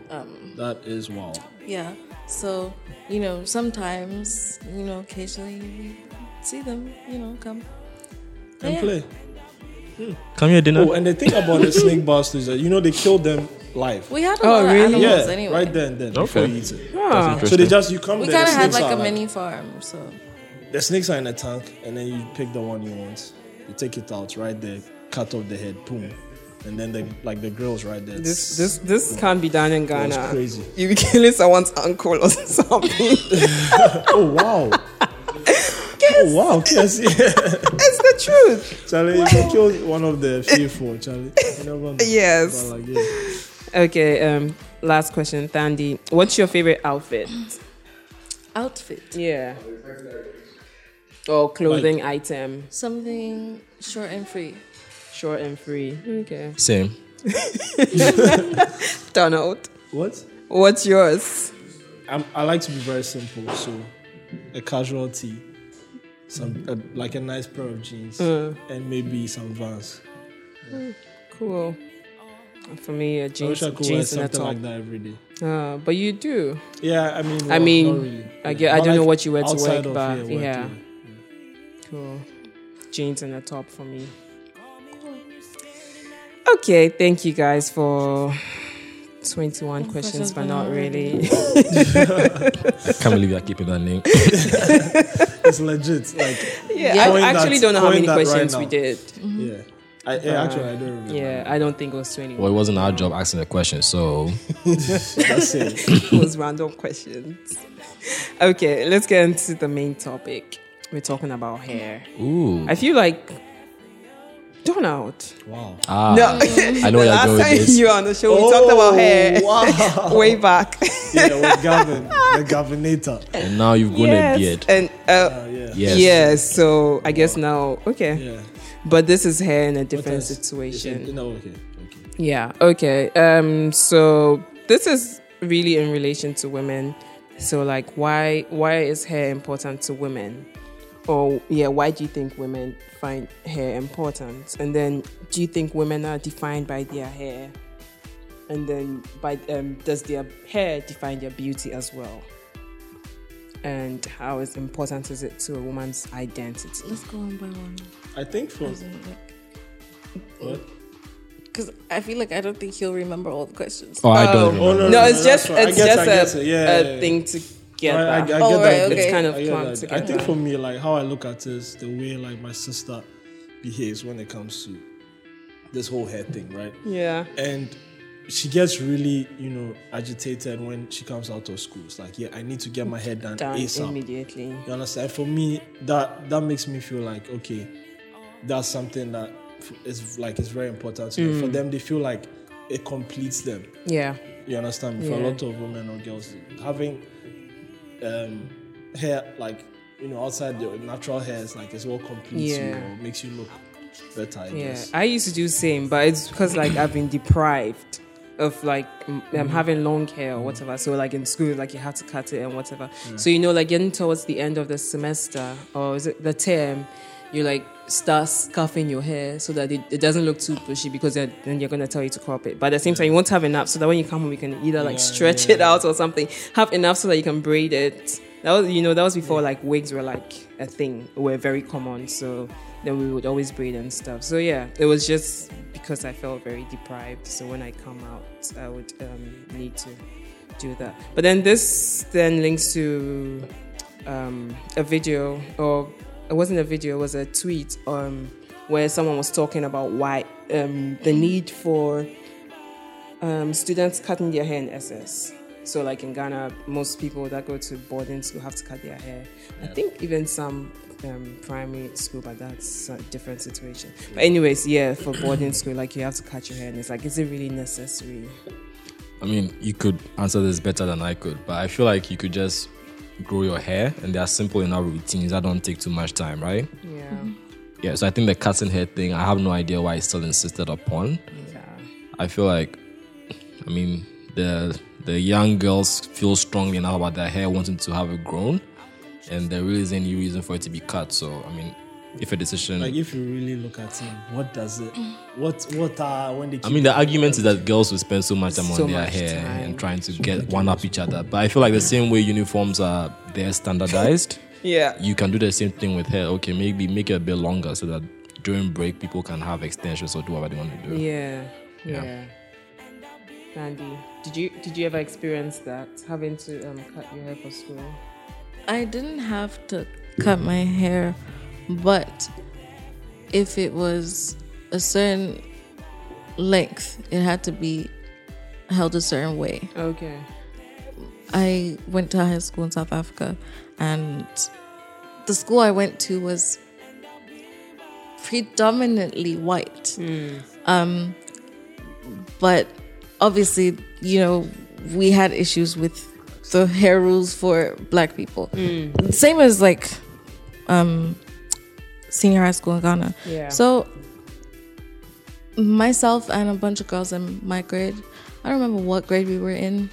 F: that is wow.
E: Um, yeah. So you know, sometimes you know, occasionally we see them. You know, come.
F: And
E: Yeah.
F: play.
G: Come here, dinner.
F: Oh, and the thing about the snake bars is that you know they kill them live.
E: We had a
C: Oh,
E: lot of
C: really?
F: yeah,
E: animals anyway.
F: right then, then before
D: Okay.
F: you eat it.
C: ah,
F: So they just you come
E: We
F: there.
E: kind of had
F: snakes
E: like a
F: are
E: mini farm, so
F: The snakes are in a tank, and then you pick the one you want. You take it out right there, cut off the head, boom, and then the like the grills right there.
C: this this this can't be done in Ghana.
F: was crazy.
C: You be killing someone's uncle or something.
F: Oh wow! Oh wow! KFC.
C: it's the truth.
F: Charlie, you can kill one of the fearful. Charlie, you never know.
C: Yes.
F: But, like, yeah.
C: Okay. Um. Last question, Thandi. What's your favorite outfit?
E: outfit
C: Yeah. Or clothing item,
E: something short and free.
C: short and free. Okay.
D: Same.
C: Donald,
F: What?
C: what's yours?
F: I'm, I like to be very simple, so a casual tee, some a, like a nice pair of jeans,
C: Mm.
F: and maybe some Vans.
C: Cool. For me, a
F: I wish
C: jeans,
F: I could wear
C: jeans and a
F: something
C: top.
F: like that every day.
C: Uh, but you do.
F: Yeah, I mean,
C: I
F: well,
C: mean,
F: not really.
C: I
F: Yeah.
C: get- I
F: But
C: don't know what you wear to
F: outside
C: work,
F: of
C: but
F: work,
C: yeah. Cool. Jeans and a top for me. Okay, thank you guys for 21 questions, but not really.
D: I can't believe you're keeping that name.
F: it's legit. Like,
C: yeah,
E: Yeah.
C: I
F: Point
C: actually
F: that-
C: don't know how
F: point
C: many
F: that right
C: questions we
F: now.
C: did.
F: yeah. I, yeah, actually, I don't remember.
C: Yeah, I don't think it was 21.
D: Well, it wasn't our job asking the question, so
F: That's it.
C: those random questions. Okay, let's get into the main topic. We're talking about hair.
D: ooh.
C: I feel like Donald.
F: Wow.
D: Ah,
C: No,
D: I know where you're
C: last
D: going with
C: time
D: this. Oh,
C: you were on the show, we talked about hair
F: Oh, Wow.
C: way back.
F: yeah, with Gavin, the Gavinator.
D: And now you've grown
C: yes,
D: a beard.
C: and uh,
F: Oh, yeah.
D: Yes.
C: yeah. So I guess now, okay,
F: Yeah.
C: but this is hair in a different
F: That's-
C: situation.
F: No, okay. okay.
C: Yeah. Okay. Um. So this is really in relation to women. So like, why why is hair important to women? Or yeah, why do you think women find hair important? And then, do you think women are defined by their hair? And then, by um, does their hair define their beauty as well? And how is important is it to a woman's identity?
E: Let's go one by one.
F: I think for what?
E: Because I feel like I don't think he'll remember all the questions.
D: Oh, I don't. remember.
C: No, it's
F: that's
C: just
F: right. I
C: it's
F: guess- I
C: just
F: guess
C: a,
F: it. Yeah,
C: a
F: yeah, yeah.
C: thing to get.
F: I, I, I
C: back.
F: get
E: Oh,
F: that.
E: right,
C: It's
E: okay.
C: kind of
F: I,
C: clumped
F: get that. I
C: together.
F: think for me, like how I look at it is the way like my sister behaves when it comes to this whole hair thing, right?
C: yeah.
F: and she gets really you know agitated when she comes out of school it's like yeah i need to get my head done,
C: Done
F: asap
C: immediately.
F: you understand for me that that makes me feel like okay that's something that f- is like it's very important to me.
C: Mm.
F: for them they feel like it completes them
C: Yeah.
F: you understand me? For
C: Yeah.
F: a lot of women or girls, having um, hair like you know outside your natural hair is like it's what completes
C: Yeah.
F: you or makes you look better. I
C: Yeah.
F: guess.
C: I used to do same, but it's because like I've been deprived of like m- um, having long hair or whatever. So like in school, like you have to cut it and whatever. So you know, like getting towards the end of the semester or is it the term, you like start scuffing your hair so that it, it doesn't look too bushy because then then you're gonna tell you to crop it. But at the same time, you won't have enough so that when you come home, you can either like stretch it out or something. Have enough so that you can braid it. That was, you know, that was before like wigs were like a thing, were very common. So then we would always braid and stuff. So yeah, it was just because I felt very deprived. So when I come out, I would um, need to do that. But then this then links to um, a video, or it wasn't a video, it was a tweet um, where someone was talking about why um, the need for um, students cutting their hair in SS. So, like in Ghana, most people that go to boarding school have to cut their hair. I think even some um, primary school, but that's a different situation. But, anyways, yeah, for boarding school, like you have to cut your hair, and it's like, is it really necessary?
D: I mean, you could answer this better than I could, but I feel like you could just grow your hair, and they are simple enough routines that don't take too much time, right?
C: Yeah.
D: yeah, so I think the cutting hair thing, I have no idea why it's still insisted upon. I feel like, I mean, the the young girls feel strongly enough about their hair wanting to have it grown, and there really isn't any reason for it to be cut. So, I mean, if a decision,
F: Like if you really look at him, what does it? What what are when they?
D: I
F: keep-
D: mean, the argument is that girls will spend so much time
C: So
D: on their
C: much
D: hair
C: time.
D: and trying to get one up each other. But I feel like the same way uniforms are they're standardized,
C: Yeah.
D: you can do the same thing with hair. Okay, maybe make it a bit longer so that during break people can have extensions or do whatever they want to do.
C: Yeah.
D: Yeah.
C: Yeah. Andy, did you did you ever experience that having to um, cut your hair for school?
E: I didn't have to cut my hair, but if it was a certain length, it had to be held a certain way.
C: Okay.
E: I went to high school in South Africa, and the school I went to was predominantly white. Um, but obviously, you know, we had issues with the hair rules for black people. Same as like um, senior high school in Ghana.
C: Yeah.
E: So myself and a bunch of girls in my grade, I don't remember what grade we were in.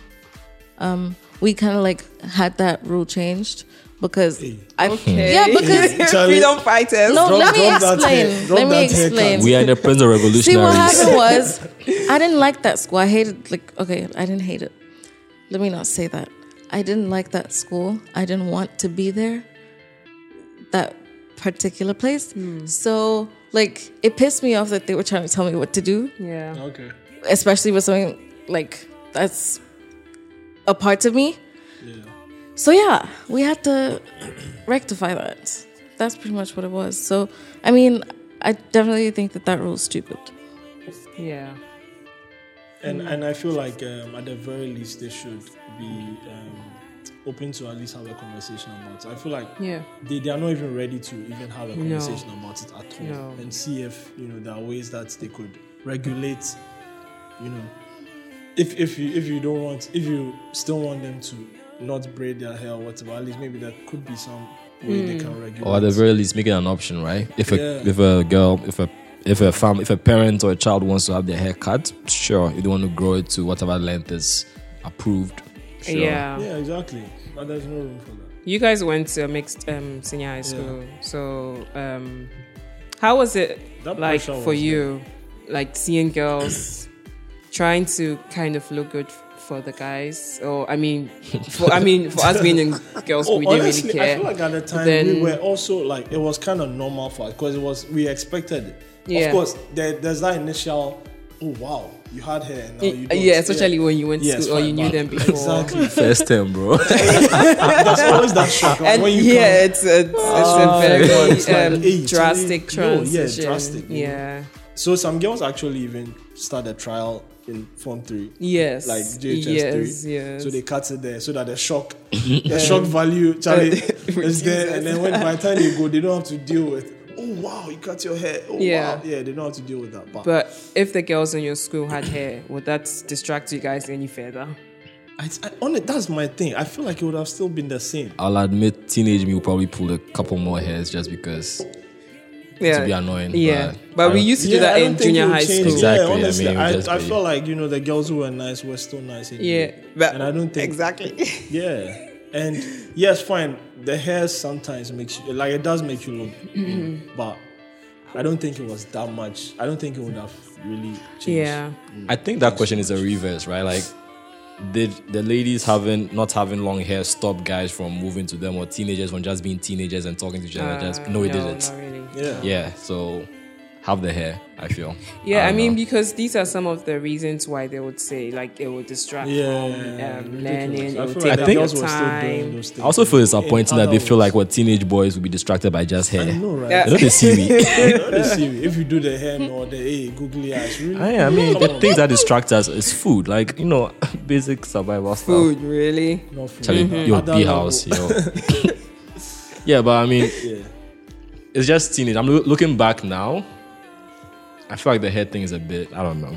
E: Um, we kind of like had that rule changed because I yeah because
F: Charlie,
C: freedom fighters.
E: no let me
F: drop that hair-
E: explain
F: drop
E: let me
F: that haircut.
E: explain
D: We are in the presence of revolutionaries.
E: See what happened was, I didn't like that school. I hated like okay, I didn't hate it. Let me not say that. I didn't like that school. I didn't want to be there. That particular place. So like it pissed me off that they were trying to tell me what to do,
C: Yeah.
F: okay.
E: especially with something like that's a part of me. So yeah, we had to rectify that. That's pretty much what it was. So I mean, I definitely think that that rule's stupid.
C: Yeah.
F: And and I feel like um, at the very least they should be um, open to at least have a conversation about it. I feel like
C: Yeah.
F: they, they are not even ready to even have a conversation about it at all
C: No.
F: and see if you know there are ways that they could regulate you know if if you if you don't want if you still want them to not braid their hair or whatever at least maybe there could be some way they can regulate
D: or at the very least make it an option right if a
F: Yeah.
D: if a girl if a if a fam if a parent or a child wants to have their hair cut sure you don't want to grow it to whatever length is approved sure
C: Yeah.
F: yeah exactly but there's no room for that
C: You guys went to a mixed um, senior high school, so um, how was it
F: That
C: like
F: pressure
C: for
F: was
C: you, like seeing girls trying to kind of look good f- for the guys? Or I mean, for, I mean, for us being in girls,
F: Oh,
C: we didn't
F: honestly,
C: really care.
F: I feel like at the time we
C: Then-
F: were also like it was kind of normal for us because it was we expected it. Of
C: Yeah.
F: course, there, there's that initial, oh wow, you had hair and now you don't.
C: uh, yeah, especially when you went to
F: Yes,
C: school or you
F: fine,
C: knew
F: but-
C: them before.
F: exactly.
D: first term bro
F: There's always that shock like,
C: And
F: when you Ah,
C: yeah, it's, it's, it's a very
F: it's like,
C: um,
F: hey,
C: drastic
F: Charlie, yo, yeah,
C: transition.
F: drastic, you know.
C: Yeah.
F: come. So some girls actually even start a trial in form three.
C: Yes.
F: Like JHS
C: yes,
F: three,
C: yes.
F: so they cut it there so that the shock, the shock value, Charlie, is there. And then when by the time you go, they don't have to deal with. Oh wow, you cut your hair. Oh
C: Yeah.
F: wow, yeah, they don't have to deal with that. But,
C: But if the girls in your school had hair, would that distract you guys any further?
F: I, I, honest, that's my thing. I feel like it would have still been the same.
D: i'll admit teenage me will probably pull a couple more hairs just because
C: Yeah.
D: be annoying,
C: Yeah.
D: but
C: But,
D: I
C: we
D: don't-
C: used to
F: Yeah,
C: do that
F: I don't
C: in
F: think it
C: junior
F: would
C: high
F: change.
C: school.
D: Exactly, I
F: Yeah, honestly,
D: mean, it would
F: I,
D: just
F: I,
D: be-
F: felt like you know the girls who were nice were still nice.
C: Yeah.
F: Anyway.
C: But
F: and I don't think
C: Exactly.
F: Yeah, and yes, fine. The hair sometimes makes you like it does make you look, you know,
C: Mm-hmm.
F: but I don't think it was that much. I don't think it would have really changed.
C: yeah.
D: i think that question is a reverse right like did the ladies having not having long hair stop guys from moving to them or teenagers from just being teenagers and talking to each other just
C: Uh,
D: no it didn't
C: Not really.
F: yeah,
D: yeah so have the hair i feel Um,
C: Yeah, I,
D: don't
C: mean,
D: know.
C: because these are some of the reasons why they would say like it would distract
F: Yeah,
C: from um,
F: ridiculous.
C: learning. It
F: I
C: would
F: feel
C: take
D: like
C: up
F: the
D: think-
C: your
F: girls were still doing
C: time.
F: those
D: I
F: things.
D: also feel it's disappointing that they
F: other
D: feel like what teenage boys will be distracted by just hair.
F: no, right?
C: Yeah.
D: They don't they see me.
F: Don't they see me? if you do the hair or the hey, googly eyes, really?
D: I, I mean, the things that distract us is food, like you know, basic survival stuff.
C: Food, really?
F: Not for
D: Actually,
F: me.
C: Mm-hmm.
D: Your
F: Other
D: bee house,
F: level.
D: yo. yeah, but I mean,
F: Yeah.
D: it's just teenage. I'm loo- looking back now. I feel like the hair thing is a bit. I don't know.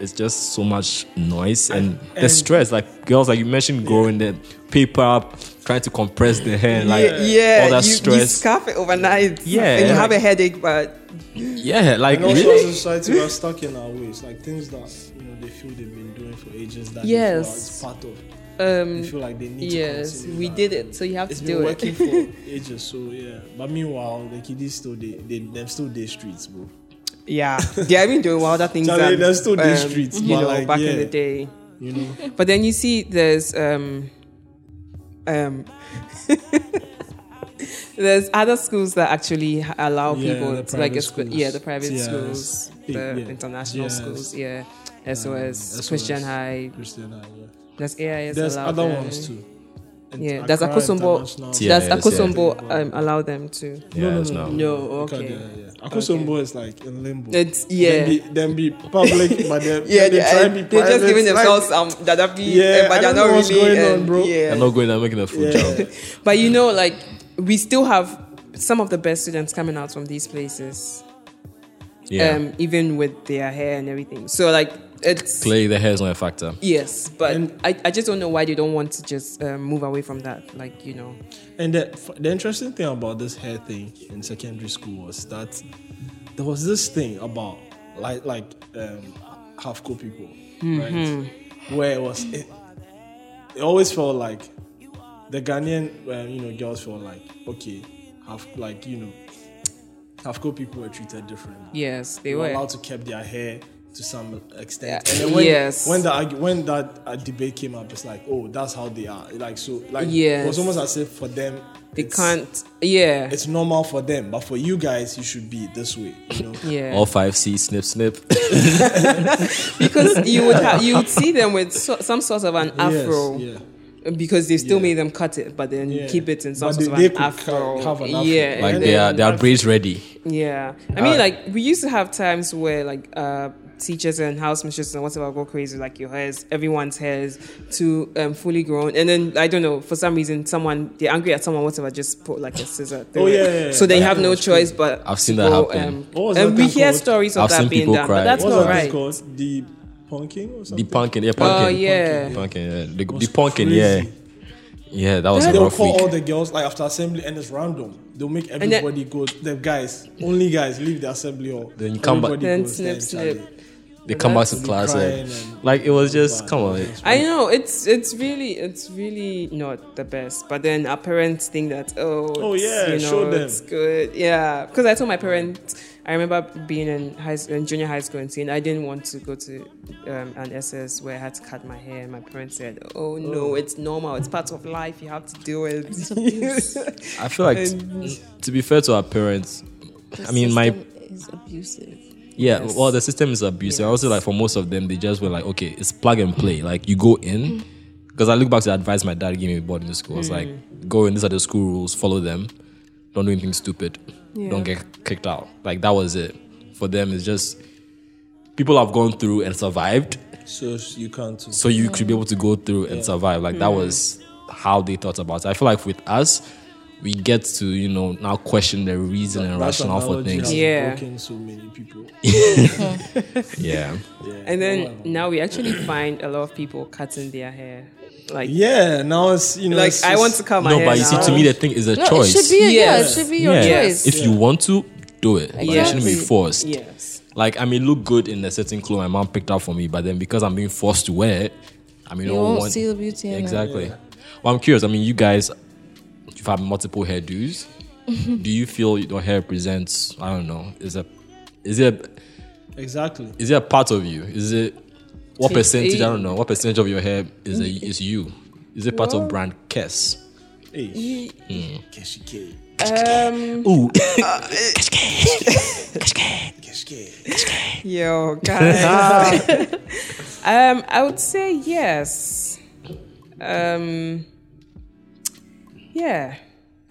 D: It's just so much noise and, the
F: and-
D: stress. Like girls, like you mentioned, growing the paper, trying to compress the hair, like
C: yeah, yeah,
D: all that
C: you, you
D: stress.
C: scarf it overnight.
D: Yeah,
C: and you have a
D: like-
C: headache, but
D: yeah, like
F: And also as
D: really?
F: a society, we are stuck in our ways. Like things that you know they feel they've been doing for ages that they feel
C: Yes.
F: are- it's part of. They
C: um,
F: feel like they need to
C: yes,
F: continue
C: we
F: that.
C: did it, so you have
F: It's
C: to
F: been
C: do
F: working
C: it.
F: for ages, so yeah. But meanwhile, the kiddies still they, they them still day streets, bro.
C: Yeah, they have been doing wilder things.
F: Charlie,
C: than, um,
F: there's still these streets,
C: you
F: but
C: know,
F: like,
C: back
F: yeah.
C: in the day.
F: You know,
C: But then you see, there's um, um, there's other schools that actually h- allow
F: Yeah, the
C: people to like
F: private
C: exp- yeah,
F: schools.
C: the private
F: TIS,
C: schools, the
F: yeah, Um,
C: international
F: TIS,
C: schools, yeah, SOS,
F: SOS.
C: Christian High,
F: Christian, uh, yeah.
C: there's AIS.
F: There's
C: allowed
F: other
C: them.
F: ones too. And
C: Yeah, that's
F: Accra
C: Akosombo.
F: International-
D: Yeah,
C: Does
D: yeah, that's
C: Akosombo
F: it.
C: um, allow them to?
D: Yeah, it's not.
C: No,
F: Accra,
C: okay.
F: yeah, yeah. Akosombo is like in limbo.
C: It's- yeah.
F: Then be, then be public, but then
C: Yeah, they,
F: then they, try
C: are
F: and be
C: they're just
F: private,
C: giving
F: like-
C: themselves um, dadapi,
F: Yeah,
C: eh, but they're
F: I don't know
C: not
F: what's
C: really.
F: going on,
C: um,
F: bro.
C: Yeah.
D: I'm not going. I'm making a full
F: Yeah.
D: job.
C: But you know, like we still have some of the best students coming out from these places,
D: Yeah,
C: um, even with their hair and everything. So like it's
D: clearly the hair is not a factor.
C: yes, but
F: And-
C: I, I just don't know why they don't want to just um, move away from that. Like you know,
F: And the, f- the interesting thing about this hair thing in secondary school was that there was this thing about like like um, half cool people, right? Where it was it, it always felt like the Ghanaian um, you know girls felt like okay, half like you know half cool people were treated differently
C: yes, they
F: they were
C: were.
F: allowed to keep their hair to some extent.
C: Yeah.
F: And then when,
C: Yes.
F: when the argu- when that uh, debate came up, it's like, oh, that's how they are. Like so, like it
C: Yes.
F: was almost as if for them,
C: They
F: it's-
C: can't. Yeah,
F: It's normal for them, but for you guys, you should be this way. You know,
C: yeah.
D: All five C snip snip.
C: because you would have, you would see them with so, some sort of an afro.
F: Yes, yeah.
C: Because they still
F: Yeah.
C: made them cut it, but then
F: Yeah.
C: keep it in some
F: But
C: sort
F: they-
C: of
F: they
C: an
F: could
C: afro.
F: ca- have an afro.
C: Yeah,
D: like
C: and
D: they are
C: then-
D: they are braids ready.
C: Yeah, I mean,
D: Uh,
C: like we used to have times where like uh, teachers and house mistresses and whatever go crazy, like your hairs, everyone's hairs, to um, fully grown, and then I don't know for some reason someone they're angry at someone, whatever, just put like a scissor. through
F: Oh,
C: it.
F: yeah, yeah, yeah.
C: So they
F: That
C: have no
F: was true.
C: choice but
D: I've seen
C: to
D: that
C: go, um,
D: happen.
F: What was
C: and
F: that
C: we
F: thing
C: hear
F: called?
C: stories of
D: I've
C: that
D: seen
C: being
D: people
C: done,
D: cry.
C: but that's
F: What's
C: not
F: that thing
C: right.
F: called? The punking or
D: The
F: something.
D: punkin, yeah,
C: Oh
D: punkin,
C: yeah,
D: punkin, yeah, the,
F: was
D: the punkin, yeah,
F: crazy.
D: yeah. That was a
F: They'll
D: rough
F: call all
D: week.
F: the girls like after assembly and it's random. They'll make everybody go. The guys, only guys, leave the assembly hall.
D: Then you come back-
F: Everybody
C: Then
F: goes,
C: snip,
F: Charlie.
C: snip.
D: They come back to class,
F: crying
D: and,
F: and-
D: like it was just come on.
C: I know it's it's really it's really not the best, but then our parents think that oh
F: Oh,
C: it's,
F: yeah,
C: you know,
F: show them.
C: it's good yeah because I told my parents I remember being in high s- in junior high school and saying I didn't want to go to um, an SS where I had to cut my hair and my parents said oh no it's normal it's part of life you have to do it
D: I feel like
C: And-
D: to be fair to our parents, I mean my
E: is abusive.
D: yeah.
C: Yes.
D: Well, the system is abusive. Also, like for most of them, they just were like, okay, it's plug and play. Like you go in, because I look back to the advice my dad gave me before boarding school. I was like, go in. These are the school rules. Follow them. Don't do anything stupid. Don't get kicked out. Like that was it for them. It's just people have gone through and survived.
F: So you can't. Too.
D: so you
E: Mm.
D: could be able to go through and survive. Like that was how they thought about it. I feel like with us, we get to you know now question the reason and
F: That
D: rationale for
F: analogy
D: things.
F: has
C: Yeah.
F: broken so many people.
D: Yeah,
C: and then now we actually find a lot of people cutting their hair like
F: Yeah, now it's you know.
C: like
F: it's
C: I
F: just-
C: want to cut my
D: no,
C: hair
D: but you
C: now.
D: see, to me, the thing is a
E: No,
D: choice.
E: it should be a, yeah, it
C: Yes.
E: should be your
D: Yeah.
E: choice.
D: If you want to, do it. Like, It shouldn't be
E: Exactly.
D: forced.
C: yes
D: Like I may look good in a certain clothes my mom picked out for me, but then because I'm being forced to wear it, I mean,
E: You
D: I don't
E: won't
D: want-
E: see the beauty in it.
D: exactly. Well, I'm curious. I mean, you guys, you've had multiple hairdos. Do you feel your hair represents? I don't know. Is a is it a-
F: exactly.
D: is it a part of you? Is it what
C: It's
D: percentage? I
C: a-
D: don't know. What percentage of your hair is a, is you? Is it part of brand Kess?
F: Hey, Keshi K,
D: Ooh,
F: Keshi K.
C: Yo, guys. um, I would say yes. Um, yeah.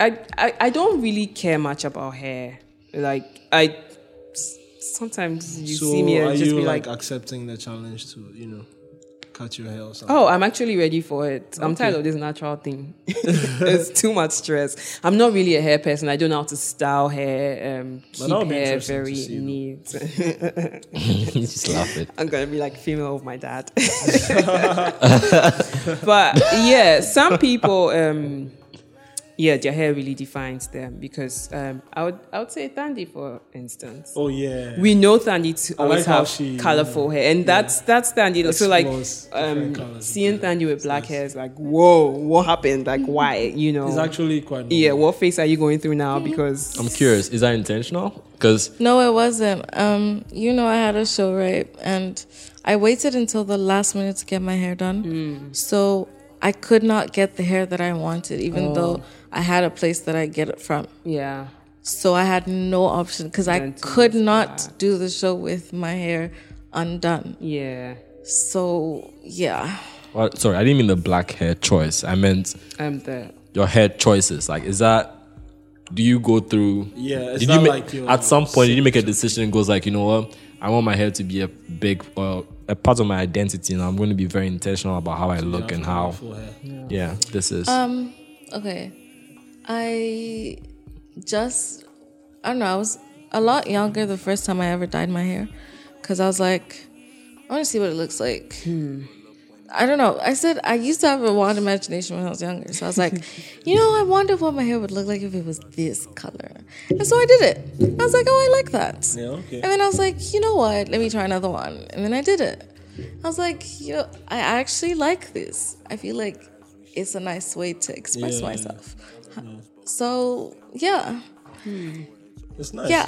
C: I, I I don't really care much about hair. Like I s- sometimes you
F: So
C: see me
F: are
C: and just
F: you
C: be
F: like,
C: like,
F: accepting the challenge to you know cut your hair or something?
C: Oh, I'm actually ready for it. I'm tired of this natural thing. it's too much stress. I'm not really a hair person. I don't know how to style hair, um, keep
F: that would be
C: hair
F: interesting to
C: very
F: see, though.
C: neat.
D: just laugh it.
C: I'm gonna be like female of my dad. but yeah, some people um yeah, their hair really defines them because um, I would I would say Thandi for instance.
F: Oh yeah.
C: We know Thandi to
F: I
C: always
F: like how
C: have
F: she-
C: colorful hair, and that's that's Thandi. So like
F: Explores
C: um,
F: different colours.
C: seeing Thandi with black hair is like, whoa, what happened? Like why? You know?
F: It's actually quite. Normal.
C: yeah, what face are you going through now? Because
D: I'm curious, is that intentional? Because
E: No, it wasn't. Um, you know, I had a show, right? And I waited until the last minute to get my hair done.
C: Hmm.
E: So I could not get the hair that I wanted, even
C: Oh.
E: though I had a place that I get it from.
C: yeah,
E: So I had no option because I
C: Then to
E: could
C: miss
E: not
C: that.
E: do the show with my hair undone.
C: yeah,
E: So yeah.
D: well, sorry, I didn't mean the black hair choice. I meant
C: I'm the
D: your hair choices. Like, is that do you go through?
F: Yeah, it's
D: Did
F: not
D: you ma-
F: like your-
D: at some point did you make a decision? and Goes like, you know what? I want my hair to be a big or a part of my identity, and I'm going to be very intentional about how I look and how.
F: Full hair.
D: Yeah, this is.
E: Uh, Um, Okay. I just, I don't know, I was a lot younger the first time I ever dyed my hair because I was like, I want to see what it looks like.
F: Hmm.
E: I don't know. I said I used to have a wild imagination when I was younger. So I was like, you know, I wonder what my hair would look like if it was this color. And so I did it. I was like, oh, I like that.
F: Yeah, okay.
E: And then I was like, you know what? Let me try another one. And then I did it. I was like, you know, I actually like this. I feel like it's a nice way to express
F: Yeah.
E: myself. So yeah,
F: It's nice.
E: Yeah.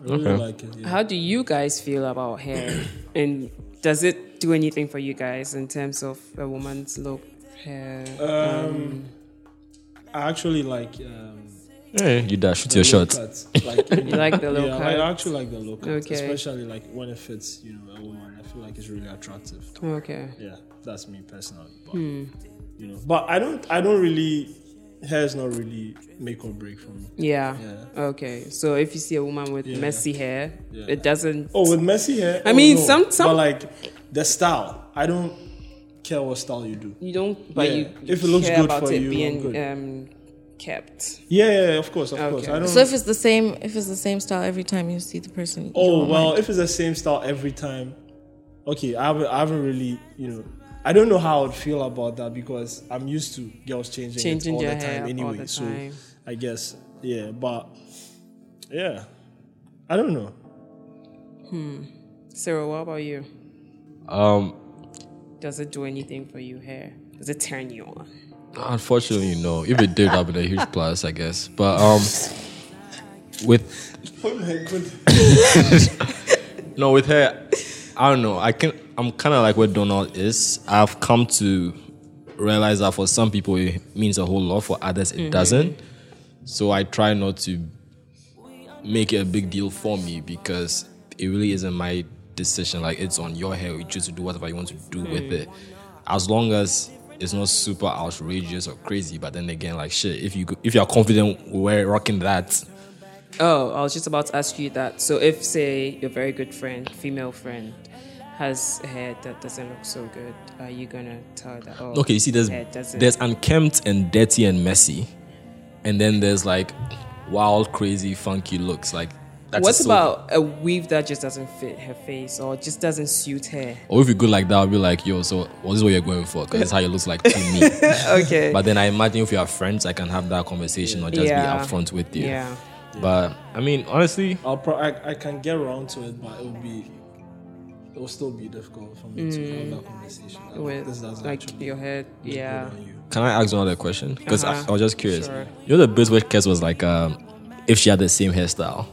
F: I really like it. Yeah.
C: How do you guys feel about hair? and does it do anything for you guys in terms of a woman's look, hair?
F: Um, I actually like. Um,
D: hey, you dash shoot your
F: low
D: shot.
F: cuts. Like, you
C: like the low
F: yeah, I
C: cut?
F: actually like the low cut,
C: Okay.
F: especially like when it fits, you know, a woman. I feel like it's really attractive.
C: okay.
F: Yeah, that's me personally. But,
C: Hmm.
F: You know, but I don't. I don't really. Hair's not really make or break for me.
C: Yeah.
F: Yeah.
C: Okay. So if you see a woman with
F: Yeah.
C: messy hair,
F: Yeah.
C: it doesn't.
F: Oh, with messy hair.
C: I
F: oh,
C: mean,
F: no.
C: some- some-
F: But like the style, I don't care what style you do.
C: You don't. But
F: Yeah.
C: you. you
F: If it looks
C: care
F: good
C: about
F: for
C: it
F: you,
C: being
F: good.
C: um, kept.
F: Yeah, yeah, yeah, of course, of course.
C: Okay.
F: I don't.
E: so if it's the same, if it's the same style every time you see the person, you
F: Oh
E: won't
F: well,
E: mind.
F: if it's the same style every time, okay. I haven't, I haven't really, you know, I don't know how I would feel about that because I'm used to girls changing, it
C: Changing
F: all
C: their
F: the
C: hair
F: time
C: all
F: anyway.
C: the time.
F: So I guess, yeah, but yeah, I don't know.
C: Sarah, what about you?
D: Um,
C: Does it do anything for you, hair? Does it turn you on?
D: Unfortunately, no. If it did, that'd be a huge plus, I guess. But um, with no, with her, I don't know. I can. I'm kind of like where Donald is. I've come to realize that for some people it means a whole lot, for others it doesn't. So I try not to make it a big deal for me because it really isn't my decision. Like it's on your hair. You choose to do whatever you want to do with it, as long as it's not super outrageous or crazy. But then again, like shit, if you go- if you are confident wearing rocking that,
C: Oh, I was just about to ask you that. So, if, say, your very good friend, female friend, has hair that doesn't look so good, are you gonna tell her that? Oh,
D: okay, you see, there's
C: hair doesn't.
D: there's unkempt and dirty and messy, and then there's like wild, crazy, funky looks. Like that's
C: what
D: so-
C: about a weave that just doesn't fit her face or just doesn't suit her?
D: Or if you go like that, I'll be like, yo, so well, this is what you're going for because it's how it looks like to me.
C: Okay.
D: But then I imagine if you are friends, I can have that conversation or just
C: Yeah.
D: be upfront with you.
C: yeah.
D: But I mean, honestly,
F: I'll pro- I, I can get around to it, but it'll be it'll still be difficult for me to have that conversation. Like, this
C: Mm. With
F: doesn't
C: like
F: actually
C: your head, yeah.
F: look good on you.
D: can I ask another question? Because
C: Uh-huh.
D: I, I was just curious.
C: Sure.
D: You know, the bit where Kes was like, um, if she had the same hairstyle.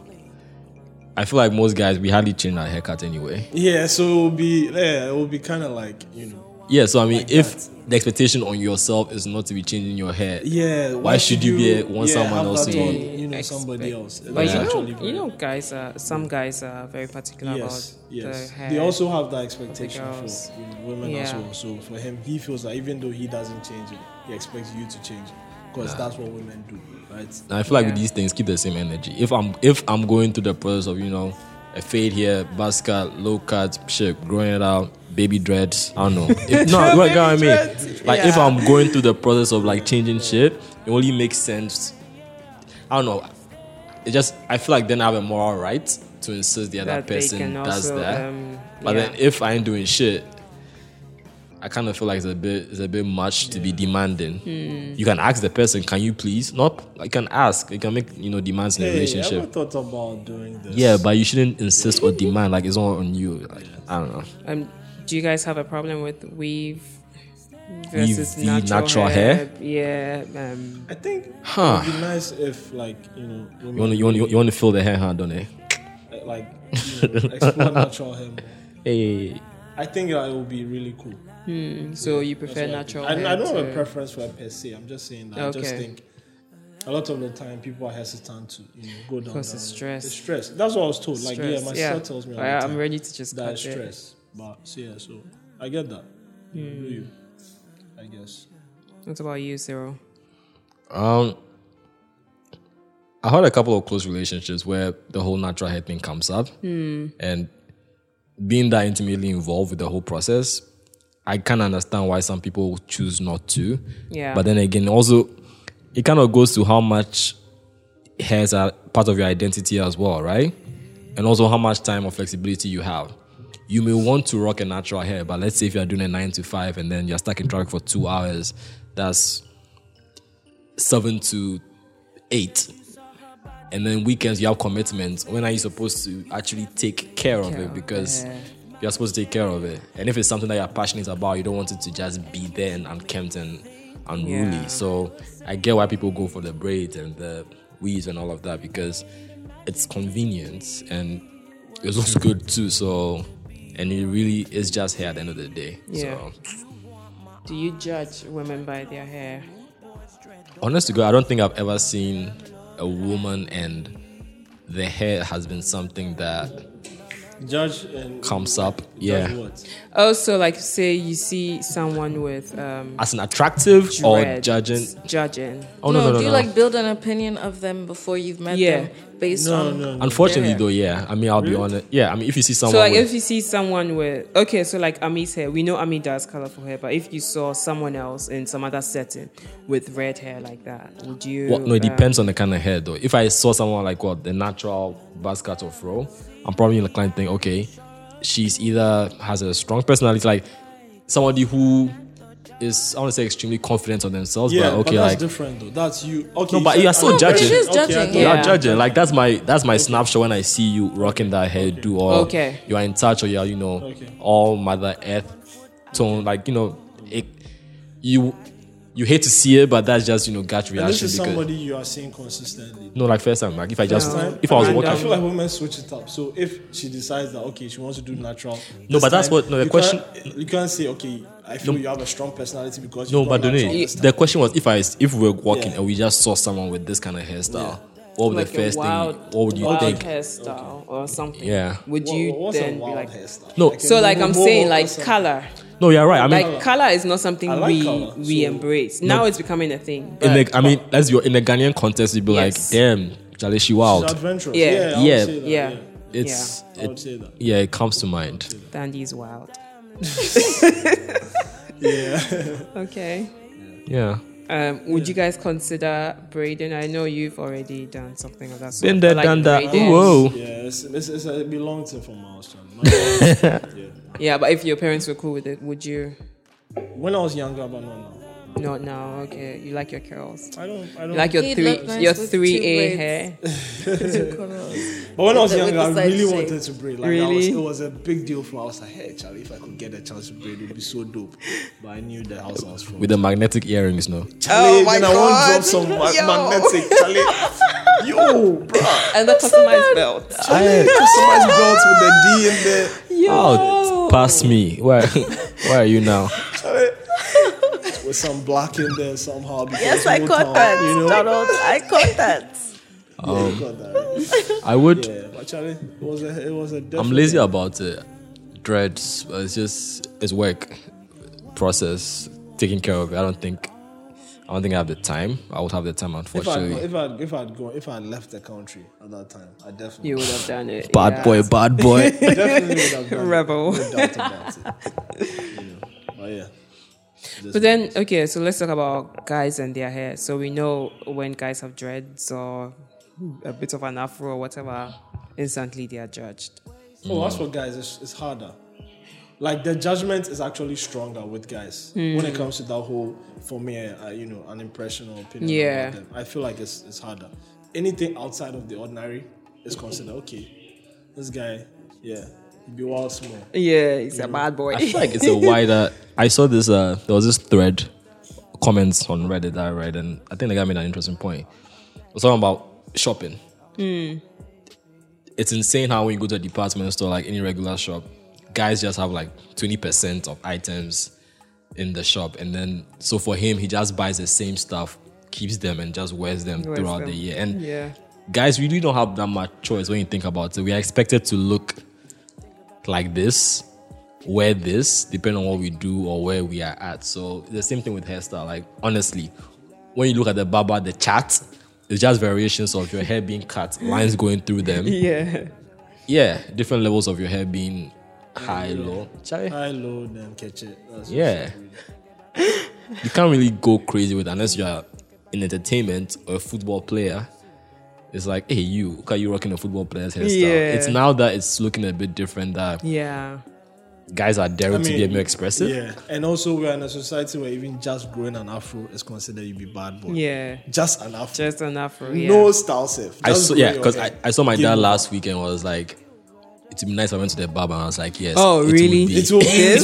D: I feel like most guys we hardly change our haircut anyway.
F: Yeah, so it'll be yeah, it'll be kind of like you know.
D: Yeah, so I mean, if the expectation on yourself is not to be changing your hair,
F: Yeah, why,
D: should you be a- want someone
F: have
D: else
F: that
D: to-
F: on, you know somebody
C: Expect-
F: else?
C: But
F: That's
C: you
F: actually
C: know, you
F: very-
C: know, guys are some guys are very particular
F: Yes,
C: about
F: yes.
C: the hair.
F: They also have that expectation
C: girls.
F: for you know, women as
C: Yeah.
F: well. So for him, he feels like even though he doesn't change it, he expects you to change it because that's what women do, right?
D: And I feel like with
C: Yeah.
D: these things, keep the same energy. If I'm if I'm going through the process of you know a fade here, buzz cut, low cut, shit, growing it out, baby dreads. I don't know. If, no, you know what I mean. Like if I'm going through the process of like changing shit, it only makes sense. I don't know. It just I feel like then I have a moral right to insist the other
C: That they
D: person
C: can um,
D: does
C: also,
D: that.
C: um,
D: but
C: yeah.
D: then if I ain't doing shit, I kind of feel like it's a bit it's a bit much to be demanding. You can ask the person, "Can you please?" Not you can ask. You can make you know demands in a
F: Hey, I
D: relationship.
F: ever thought about doing this?
D: Yeah, but you shouldn't insist or demand. Like it's all on you. Like I don't know.
C: Um, do you guys have a problem with weave versus
D: the
C: natural,
D: natural
C: hair? Yeah. Um,
F: I think
D: Huh.
F: it would be nice if, like, you know,
D: You want to you want to you want to feel the hair, huh? Don't you?
F: like, you know, explore natural hair more.
D: Hey,
F: I think that it would be really cool.
C: so you prefer natural
F: I,
C: hair?
F: I don't have
C: to-
F: a preference for it per se. I'm just saying that. I just
C: Okay.
F: think a lot of the time people are hesitant to you know, go down.
C: Because
F: that
C: it's
F: road.
C: stress.
F: It's stress. That's what I was told. Like, yeah,
C: Stress,
F: my sister tells me all
C: I,
F: the
C: am
F: time
C: ready to just
F: that
C: cut
F: it's
C: it.
F: stress. But so, yeah, so I get that. Do
C: Hmm.
F: you? I guess.
C: What about you, Cyril?
D: um, I had a couple of close relationships where the whole natural hair thing comes up, and being that intimately involved with the whole process, I can understand why some people choose not to.
C: Yeah.
D: But then again, also, it kind of goes to how much hairs are part of your identity as well, right? And also how much time or flexibility you have. You may want to rock a natural hair, but let's say if you're doing a nine to five and then you're stuck in traffic for two hours, that's seven to eight. And then weekends, you have commitments. When are you supposed to actually take care of
C: Care
D: it?
C: of
D: Because
C: the hair.
D: you're supposed to take care of it. And if it's something that you're passionate about, you don't want it to just be there and unkempt and unruly.
C: Yeah.
D: So I get why people go for the braids and the weaves and all of that because it's convenient and it looks good too. So, and it really is just hair at the end of the day.
C: Yeah.
D: So,
C: Do you judge women by their hair?
D: honest to God, I don't think I've ever seen a woman and the hair has been something that
F: Judge and
D: comes up.
F: judge
D: Yeah.
F: what?
C: Also, like, say you see someone with um,
D: As an attractive or
C: dreads,
D: judging.
C: judging.
D: Oh, no, no, no.
E: do you
D: no.
E: like build an opinion of them before you've met
C: Yeah.
E: them based
F: No,
E: on
F: no, no.
D: Unfortunately,
C: Yeah.
D: though, yeah. I mean, I'll be honest. Yeah, I mean, if you see someone,
C: So like
D: with-
C: if you see someone with okay, so like Ami's hair, we know Ami does colorful hair, but if you saw someone else in some other setting with red hair like that, would you?
D: Well, no, it
C: um,
D: depends on the kind of hair, though. If I saw someone like what the natural basket or fro, I'm probably inclined to think, okay, she's either has a strong personality, like somebody who is I want to say extremely confident of themselves,
F: Yeah,
D: but okay,
F: but that's
D: like
F: different though. That's you. Okay,
D: No, but you are still No, but it judging.
E: is judging,
F: I thought-
D: you
C: Yeah.
D: are judging. Like that's my that's my snapshot when I see you rocking that hairdo, or
C: Okay.
D: you are in touch, or you are you know
F: Okay.
D: all mother earth tone. Like you know, it, you you hate to see it, but that's just you know gut reaction
F: And this is
D: because.
F: somebody you are seeing consistently.
D: No, like first time, like if I just
F: Time,
D: if I was
F: I, mean,
D: walking,
F: I feel like women switch it up. So if she decides that okay, she wants to do natural.
D: No,
F: this
D: but that's what- no, the
F: you
D: question-
F: Can't, you can't say okay. I feel you have a strong personality because
D: no,
F: you've
D: but
F: done
D: don't
F: natural
D: it-
F: this time.
D: the question was if I if we were walking
F: Yeah.
D: and we just saw someone with this kind of hairstyle, what would
C: like
D: the first
C: a
D: thing?
C: wild,
D: What would you
C: wild
D: think?
C: hairstyle or something?
D: Yeah.
C: Would
F: What-
C: you
F: what's a
C: then be
F: wild
C: like?
F: hairstyle?
D: No,
F: a
C: So like I'm
F: mohawk
C: saying,
F: or
C: like
F: something.
C: color,
D: no, you're right. I mean,
C: like color is not something
F: I like
C: we
F: colour,
C: we
F: so-
C: embrace. Now it's becoming a thing.
D: in
C: but-
D: the I mean, as you're in the Ghanaian context, you'd be
C: Yes.
D: like, damn, Charlie, she
F: She's
D: wild.
F: adventurous.
C: Yeah.
F: Yeah, I would
D: Yeah.
F: say that,
C: yeah,
D: It's
F: yeah. I would
D: it,
F: say that.
D: yeah, it comes to mind.
C: Dandy's wild. yeah. okay.
D: Yeah,
C: Um, would you guys consider braiding? I know you've already done something of that sort.
D: been there,
C: but, like,
D: done that.
C: braiding-
D: Whoa,
F: Yeah, it's, it's, it's, it belongs to from miles. John. My-
C: Yeah, but if your parents were cool with it, would you?
F: when I was younger, but not now.
C: Not now. Okay, you like your curls.
F: I don't. I don't.
C: You Mm. like your
E: He'd
C: three,
E: look nice
C: your
E: with
C: three
E: two
C: A
E: braids.
C: hair.
F: but when I was
E: with the-
F: younger, I
E: with the side
F: really
E: shape.
F: wanted to braid. Like I was,
C: Really?
F: it was a big deal for. I was like, hey, Charlie, if I could get a chance to braid, it would be so dope. But I knew the house I was from.
D: with the magnetic earrings, no.
F: Charlie,
C: Oh my
F: then I won't drop
C: God.
F: some ma-
C: Yo.
F: magnetic. Charlie, yo, bruh.
C: And the customized belt.
D: Hey,
F: Customized belts with the D in there.
D: oh, pass me. Where where are you now?
F: With some black in there somehow. because
H: Yes, I
F: Motown,
H: caught that.
F: You know,
H: Donald, I caught that.
D: Um,
F: Yeah, you caught that.
D: I would.
F: Yeah, but Charlie, it was a, it was a.
D: I'm lazy about it. Dreads. but It's just it's work process taking care of it. I don't think I don't think I have the time. I would have the time
F: If I
D: unfortunately.
F: if I if I'd gone if I left the country at that time, I definitely
C: You would have done it.
D: Bad
C: yeah.
D: boy, bad boy.
F: definitely would have done
C: Rebel.
F: It, no doubt about it. You know, but yeah. Just-
C: But then, okay, so let's talk about guys and their hair. So we know when guys have dreads or a bit of an afro or whatever, instantly they are judged.
F: oh, as for guys, it's, it's harder. like the judgment is actually stronger with guys when
D: Hmm.
F: it comes to that whole for me uh, you know an impression or opinion
C: Yeah.
F: about them. i feel like it's, it's harder anything outside of the ordinary is considered okay this guy yeah he be wild small
C: Yeah, he's a bad boy.
D: I feel like it's a wider. I saw this. Uh, there was this thread, comments on Reddit that I read, and I think the guy made an interesting point. It was talking about shopping.
C: Hmm.
D: It's insane how when you go to a department store, like any regular shop, guys just have like twenty percent of items in the shop, and then so for him, he just buys the same stuff, keeps them, and just wears them
C: Wears
D: throughout
C: them.
D: the year. And
C: yeah.
D: guys really don't have that much choice when you think about it. We are expected to look like this, wear this, depending on what we do or where we are at. So the same thing with hairstyle. Like honestly, when you look at the barber, the chat, it's just variations of your hair being cut, lines going through them.
C: Yeah.
D: Yeah, different levels of your hair being high, low. Charlie,
F: high low then catch it That's what
D: Yeah. you can't really go crazy with it unless you're in entertainment or a football player. It's like, hey, you, look at you rocking a football player's hairstyle.
C: Yeah.
D: It's now that it's looking a bit different that
C: Yeah.
D: guys are daring
F: I
D: to be a
F: mean,
D: bit more expressive.
F: yeah and also we're in a society where even just growing an afro is considered you be bad boy
C: Yeah.
F: just an afro
C: Just an afro. Yeah.
F: no style self
D: I
F: Just
D: saw, yeah,
F: grow your
D: because I,
F: hair.
D: I saw my
F: Give
D: dad
F: me-
D: last weekend was like, it'd be nice if I went to the barber. And I was like, yes.
C: Oh,
D: it would
C: really?
D: be."
F: it will
C: Yes.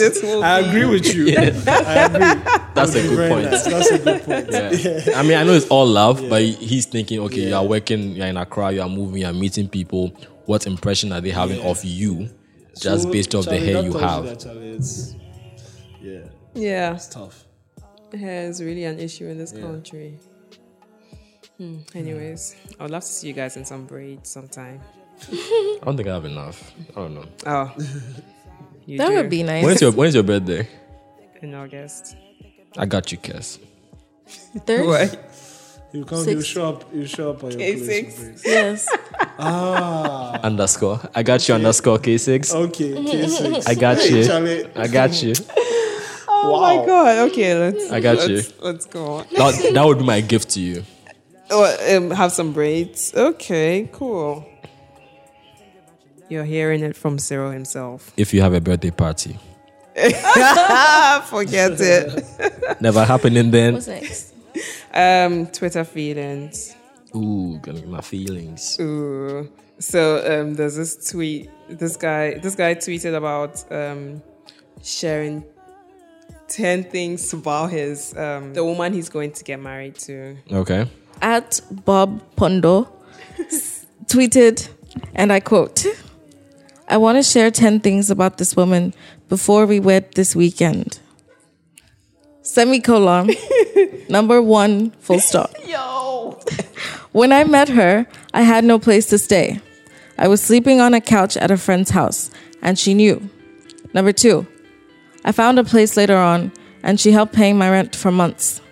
C: yes, it will
F: I
C: be.
F: agree with you. I agree.
D: That's a good
F: Very
D: point.
F: nice. That's a good point.
D: Yeah. I mean, I know it's all love, but he's thinking, okay, you are working, you're in Accra, you are moving, you are meeting people. What impression are they having
F: Yeah.
D: of you just
F: So,
D: based off the
F: Charlie,
D: hair
F: that
D: you
F: tells
D: have?
F: that, Charlie, it's, yeah,
C: Yeah.
F: it's tough.
C: Hair is really an issue in this country. Hmm. Anyways, I would love to see you guys in some braids sometime.
D: I don't think I have enough. I don't know.
C: Oh. You
E: That
C: do
E: would be
D: When
E: nice.
D: is your When is your birthday?
C: in August.
D: I got you, Kes.
E: Third?
C: What?
F: You come, you
E: Six.
F: show up, you show up on your
C: Okay,
F: place.
C: six.
F: please.
E: Yes.
F: Ah,
D: Underscore. I got you. Underscore K six.
F: okay, okay, six.
D: I got
F: Hey,
D: you.
F: Charlie.
D: I got you.
C: Oh my god. Okay, let's
D: I got you.
C: let's, let's go on.
D: That, that would be my gift to you.
C: Oh, um, have some braids. Okay, cool. You're hearing it from Cyril himself.
D: If you have a birthday party,
C: Ah, forget it.
D: never happening then.
E: What's next?
C: Um, Twitter feelings.
D: Ooh, gonna get my feelings.
C: Ooh. So um, there's this tweet. This guy. This guy tweeted about um, sharing ten things about his um, the woman he's going to get married to.
D: Okay.
E: At Bob Pondo s- tweeted, and I quote, I want to share 10 things about this woman before we wed this weekend. Semicolon. Number one, full stop. When I met her, I had no place to stay. I was sleeping on a couch at a friend's house, and she knew. Number two, I found a place later on, and she helped paying my rent for months.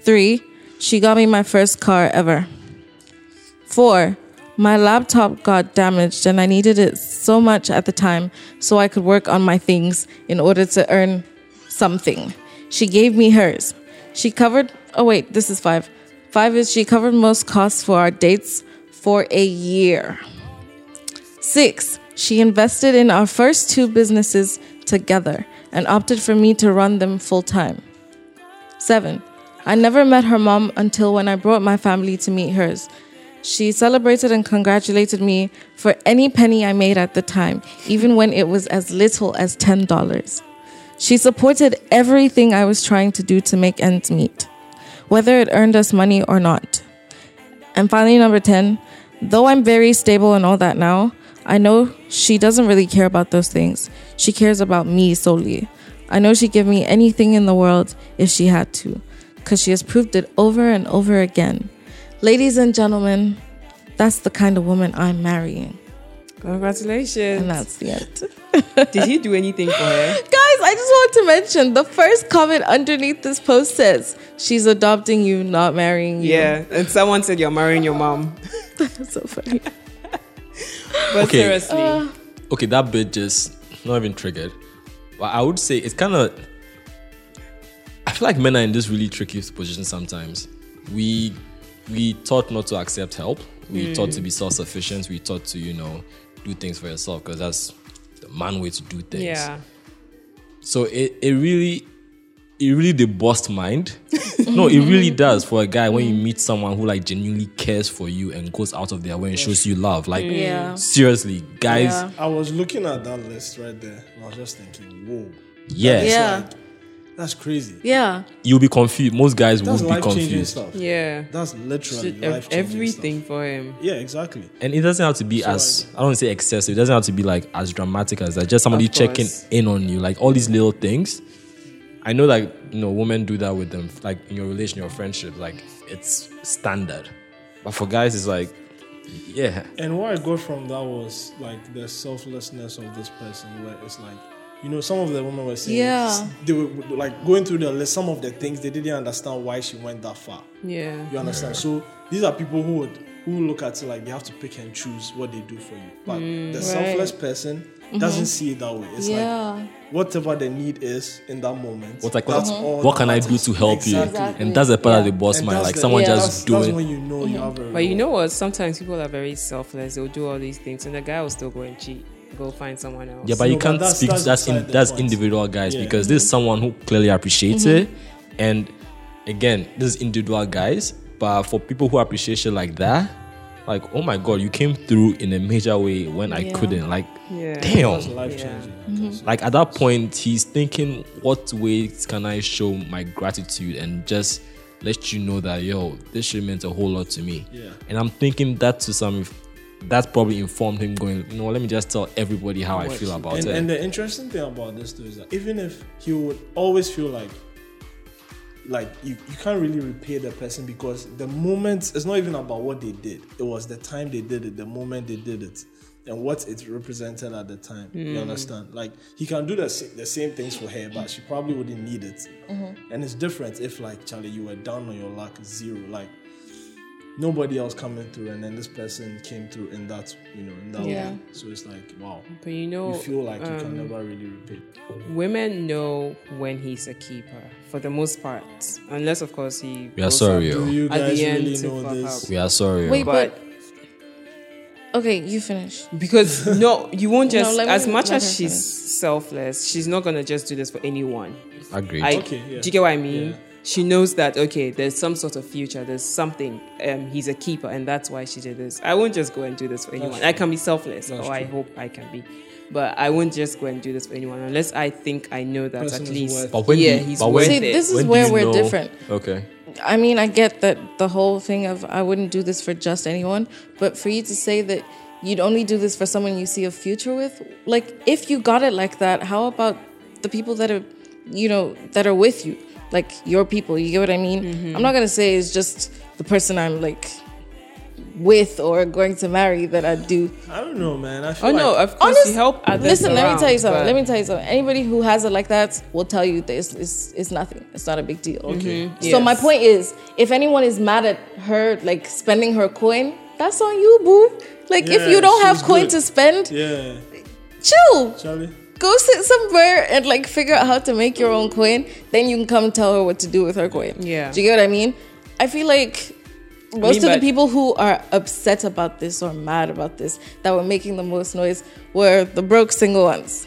E: Three, she got me my first car ever. Four, my laptop got damaged, and I needed it so much at the time so I could work on my things in order to earn something. She gave me hers. She covered, oh, wait, this is five. Five is she covered most costs for our dates for a year. Six, she invested in our first two businesses together and opted for me to run them full time. Seven, I never met her mom until when I brought my family to meet hers. She celebrated and congratulated me for any penny I made at the time, even when it was as little as $10. She supported everything I was trying to do to make ends meet, whether it earned us money or not. And finally, number 10, though I'm very stable and all that now, I know she doesn't really care about those things. She cares about me solely. I know she'd give me anything in the world if she had to, because she has proved it over and over again. Ladies and gentlemen, that's the kind of woman I'm marrying.
C: Congratulations.
E: And that's the end.
C: Did he do anything for her?
E: Guys, I just want to mention the first comment underneath this post says, She's adopting you, not marrying you.
C: Yeah. And someone said you're marrying your mom.
E: That's so funny.
C: But
D: Okay.
C: seriously,
D: Okay, that bit just not even triggered. But I would say it's kind of. I feel like men are in this really tricky position sometimes. We we taught not to accept
E: Hmm.
D: help. We taught to be self sufficient. We taught to you know do things for yourself because that's the man way to do things.
C: Yeah.
D: So it, it really it really the bust mind. no, it really does for a guy when
E: Hmm.
D: you meet someone who like genuinely cares for you and goes out of their way and shows you love. Like
E: Yeah.
D: seriously, guys,
F: I was looking at that list right there, and I was just thinking, whoa,
D: yes.
E: Yeah.
F: that's crazy.
E: Yeah.
D: You'll be confused. Most guys
F: That's
D: will be
F: life changing
D: confused.
F: stuff.
C: Yeah.
F: That's literally
C: Should-
F: life changing
C: everything for him.
F: Yeah, exactly.
D: And it doesn't have to be as I don't wanna say excessive. It doesn't have to be like as dramatic as that. Just somebody
C: Of course.
D: checking in on you, like all these little things. I know, like you know, women do that with them, like in your relation, your friendship. Like it's standard, but for guys, it's like, yeah,
F: And what I got from that was like the selflessness of this person, where it's like, you know, some of the women were saying,
E: Yeah.
F: s- they were like going through the list, some of the things they didn't understand why she went that far.
C: Yeah.
F: You understand? So these are people who would who look at it like they have to pick and choose what they do for you. But
C: Mm,
F: the selfless person
C: Mm-hmm.
F: doesn't see it that way. It's
E: Yeah.
F: like whatever the need is in that moment.
D: What I can-
F: that's
C: Mm-hmm.
D: Mhm.
F: all
D: what
F: that
D: can I do
F: matters.
D: to help you?
F: Exactly.
E: Exactly.
D: And that's the part of the boss
F: And
D: man.
F: that's
D: Like
F: the-
D: someone
E: yeah,
D: just
F: that's,
D: do
F: that's
D: it.
F: when you know you have a
C: Mm-hmm. But you know what? Sometimes people are very selfless. They'll do all these things, and the guy will still go and cheat. Go find someone else.
D: Yeah, but you
F: No, but
D: can't
F: that's-
D: speak.
F: that's
D: That's that's, in,
F: beside the
D: that's
F: point.
D: individual guys
F: Yeah. Mm-hmm.
D: because this is someone who clearly appreciates it, and again, this is individual guys. But for people who appreciate shit like that, like oh my god, you came through in a major way when I
E: Yeah.
D: couldn't. Like
C: Yeah.
F: It's
D: damn.
F: life changing.
C: Mm-hmm.
D: Like at that point, he's thinking, what ways can I show my gratitude and just let you know that yo, this shit meant a whole lot to me.
F: Yeah.
D: And I'm thinking that to some, that probably informed him going, you know, let me just tell everybody how I feel about
F: and,
D: it.
F: and the interesting thing about this too is that even if he would always feel like like you, you can't really repay the person because the moment it's not even about what they did. It was the time they did it, the moment they did it, and what it represented at the time. You understand? Like he can do the sa- the same things for her, but she probably wouldn't need it. And it's different if like Charlie, you were down on your luck, zero, like nobody else coming through, and then this person came through in that you know in that
E: Yeah.
F: way. So it's like wow
C: But you know,
F: you feel like you
C: um,
F: can never really repeat.
C: women know when he's a keeper for the most part, unless of course he.
D: we are
C: goes
D: sorry,
C: up
D: yo.
F: Do you
C: At the
F: guys
C: end
F: really
C: to
F: know
C: fuck
F: this?
C: up.
D: We are sorry.
E: Wait,
C: But
E: but okay, you finish.
C: because no, you won't
E: No,
C: just
E: let me-
C: as much
E: let
C: as
E: her
C: she's
E: finish.
C: selfless, she's not gonna just do this for anyone.
D: Agreed.
C: Like,
F: Okay, yeah.
C: do you get what I mean?
F: Yeah.
C: She knows that okay, there's some sort of future, there's something. Um, he's a keeper, and that's why she did this. I won't just go and do this for anyone. I can be selfless, or I hope I can be, but I won't just go and do this for anyone unless I think I know that
F: Person
C: at
F: is
C: least.
F: worth-
D: But when
C: yeah,
D: do you-
C: he's
D: but
C: worth
D: when-
E: See,
C: it.
E: this is
D: When
E: where
D: did you
E: we're
D: know-
E: different.
D: Okay.
E: I mean, I get that the whole thing of I wouldn't do this for just anyone, but for you to say that you'd only do this for someone you see a future with, like if you got it like that, how about the people that are, you know, that are with you, like your people? You get what I mean? I'm not gonna say it's just the person I'm like with or going to marry that I do.
F: I don't know, man. I feel
C: Oh no,
F: like
C: of course
E: Honest-
C: you help others.
E: Listen, let me tell you
C: around,
E: something.
C: but-
E: Let me tell you something. Anybody who has it like that will tell you this is it's nothing. It's not a big deal.
F: Okay.
E: So my point is, if anyone is mad at her like spending her coin, that's on you, boo. Like if
F: Yeah,
E: you don't have
F: she's
E: coin
F: good.
E: to spend,
F: yeah,
E: chill.
F: Charlie.
E: Go sit somewhere and like figure out how to make your own coin. Then you can come tell her what to do with her coin.
C: Yeah.
E: Do you get what I mean? I feel like most
C: mean,
E: of
C: but-
E: the people who are upset about this or mad about this that were making the most noise were the broke single ones.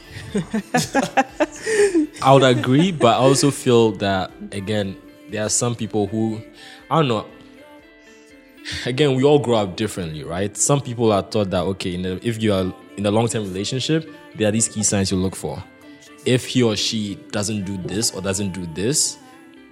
D: I would agree, but I also feel that again, there are some people who I don't know. Again, we all grow up differently, right? Some people are taught that okay, in the, if you are in a long-term relationship, there are these key signs you look for. If he or she doesn't do this or doesn't do this,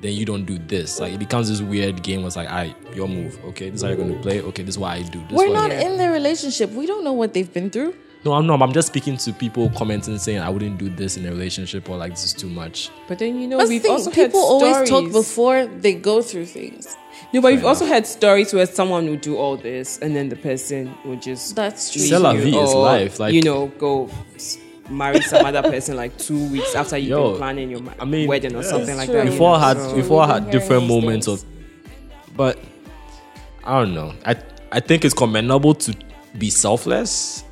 D: then you don't do this. Like it becomes this weird game. Where it's like, I your move. Okay, this is how you're going to play. Okay, this is what I do. This is
E: We're
D: what I
E: not in their relationship. We don't know what they've been through.
D: No, I'm not. I'm just speaking to people commenting saying I wouldn't do this in a relationship or like this is too much.
C: But then you know
E: That's the
C: we've
E: thing.
C: also
E: People
C: heard
E: always talk
C: stories-
E: before they go through things.
C: No, but we've also had stories where someone would do all this and then the person would just
E: That's true.
C: leave
D: C'est la
C: you
D: vie, it's
C: or,
D: life, like-
C: you know, go s- marry some other person like two weeks after you've
D: Yo,
C: been planning your ma-
D: I mean,
C: wedding or something
E: it's
C: like
E: true.
C: that.
D: we've
E: Yeah,
D: all had
E: so-
D: we've all
E: We've
D: had
E: been
D: different
E: hearing these
D: moments
E: things.
D: of but i don't know i i think it's commendable to be selfless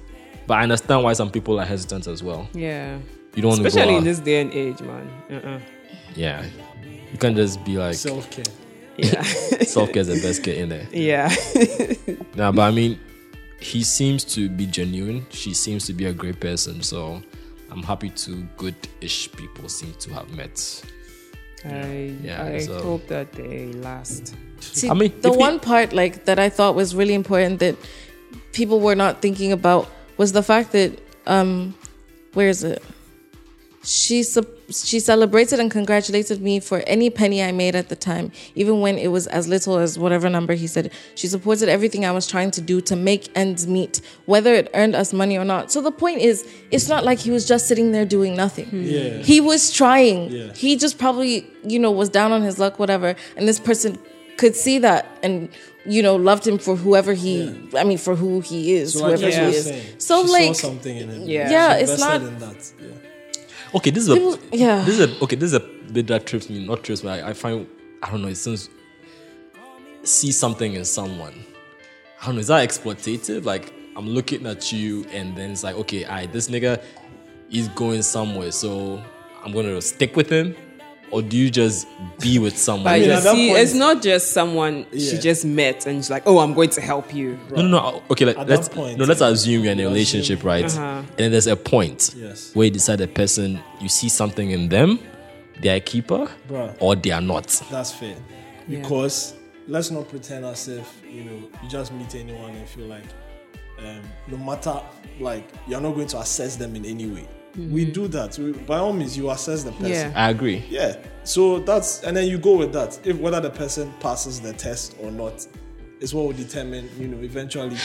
D: but i understand why some people are hesitant as well
C: Yeah,
D: you don't want to
C: especially in
D: go out.
C: this day and age, man. Uh-uh.
D: yeah you can't just be like
F: Self care.
C: Yeah,
D: self-care is the best care in there
C: yeah,
D: nah but i mean he seems to be genuine she seems to be a great person so I'm happy two good-ish people seem to have met.
C: I,
D: Yeah,
C: I
D: so-
C: hope that they last.
E: See,
D: I mean,
E: the
D: if you-
E: one part like that I thought was really important that people were not thinking about was the fact that um, where is it? She sup- she celebrated and congratulated me for any penny I made at the time, even when it was as little as whatever number he said. She supported everything I was trying to do to make ends meet, whether it earned us money or not. So the point is, it's not like he was just sitting there doing nothing.
F: Yeah.
E: He was trying.
F: Yeah.
E: He just probably, you know, was down on his luck, whatever. And this person could see that and, you know, loved him for whoever he, I mean, for who he is,
F: So I
E: whoever
F: guess
E: he
F: you're
E: is.
F: saying
E: So,
F: she
E: like,
F: saw something in him.
C: Yeah.
E: yeah,
F: She
E: it's not.
F: invested in that. Yeah.
D: Okay, this is a
E: People- yeah.
D: This is a okay. This is a bit that trips me. Not trips me. I, I find I don't know. It seems see something in someone. I don't know. Is that exploitative? Like I'm looking at you, and then it's like, okay, I this nigga is going somewhere, so I'm gonna stick with him. Or do you just be with someone?
C: But
F: mean,
C: you
F: at that
C: see,
F: point-
C: it's not just someone she
F: Yeah.
C: just met and she's like, oh, I'm going to help you.
D: No, no, no. Okay, let,
F: At
D: let's
F: that point,
D: no. Let's assume you're in a relationship,
F: assume-
D: right?
C: Uh-huh.
D: And then there's a point
F: Yes.
D: where you decide a person you see something in them, they're a keeper,
F: Bruh.
D: or they are not.
F: That's fair. Because let's not pretend as if, you know, you just meet anyone and feel like um, no matter like you're not going to assess them in any way. We do that. We, by all means you assess the person.
C: Mm-hmm. Yeah.
D: I agree.
F: Yeah. So that's and then you go with that. If whether the person passes the test or not is what will determine, you know, eventually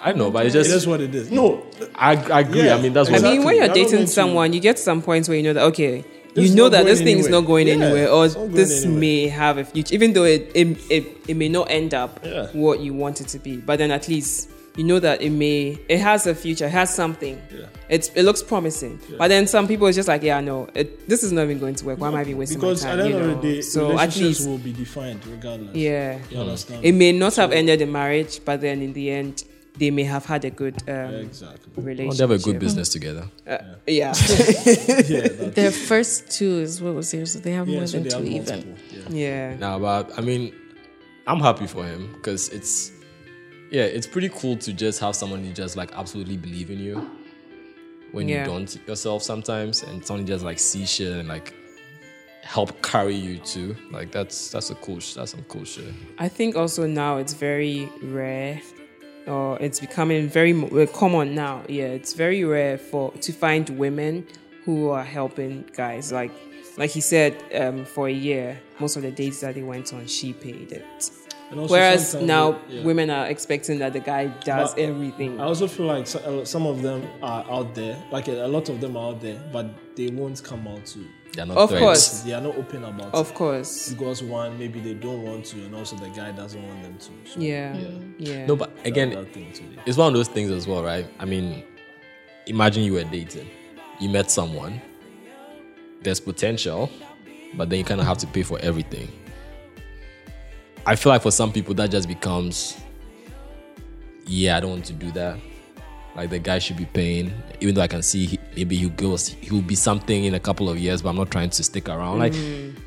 D: I know, but it's
F: it is
D: just
F: what it is. No,
D: I, I agree.
F: Yeah.
D: I mean, that's
C: I
D: what
F: Exactly.
C: mean, when
F: I
C: you're
F: don't
C: dating
F: want to-
C: someone, you get to some points where you know that, okay,
F: This
C: you
F: is
C: know
F: not
C: that
F: going
C: this thing is
F: anywhere.
C: not going
F: Yeah,
C: anywhere or
F: it's not going
C: this
F: anywhere.
C: may have a future, even though it, it, it, it may not end up
F: Yeah.
C: what you want it to be. But then at least you know that it may, it has a future, it has something.
F: Yeah.
C: It's, it looks promising. But then some people is just like, yeah, no, it, this is not even going to work. Why am I even wasting
F: because
C: my
F: at
C: time?
F: the end
C: you know?
F: of the day,
C: so at
F: relationships
C: least,
F: will be defined regardless.
C: yeah.
F: You understand?
C: It may not have ended in marriage, but then in the end, they may have had a good um,
F: exactly.
D: Well,
C: relationship.
D: Oh, they have a good business together.
C: Uh, yeah.
F: Yeah, that,
E: Their first two is what was here, so they have
F: yeah
E: more
F: so
E: than
F: they have
E: two
F: multiple.
E: even.
F: Yeah.
C: yeah.
D: Now, but I mean, I'm happy for him because it's yeah, it's pretty cool to just have someone who just like absolutely believe in you when
C: Yeah.
D: you don't yourself sometimes, and someone just like see shit and like help carry you too. Like that's that's a cool sh- that's some cool shit.
C: I think also now it's very rare, or it's becoming very mo- uh, common now. Yeah, it's very rare for to find women who are helping guys. Like, like he said, um, for a year, most of the dates that they went on, she paid it.
F: And also
C: Whereas
F: sometimes-
C: now
F: yeah.
C: women are expecting that the guy does
F: But
C: everything.
F: I also feel like so- uh, some of them are out there, like a a lot of them are out there, but they won't come out to.
D: They're not
C: Of
D: threads.
C: course.
F: They are not open about
C: Of
F: it
C: course,
F: because one, maybe they don't want to, and also the guy doesn't want them to. So
C: yeah, yeah.
D: No, but again,
F: that thing today.
D: it's one of those things as well, right? I mean, imagine you were dating, you met someone, there's potential, but then you kind of have to pay for everything. I feel like for some people, that just becomes, yeah, I don't want to do that. Like the guy should be paying, even though I can see he, maybe he goes, he'll be something in a couple of years, but I'm not trying to stick around. Like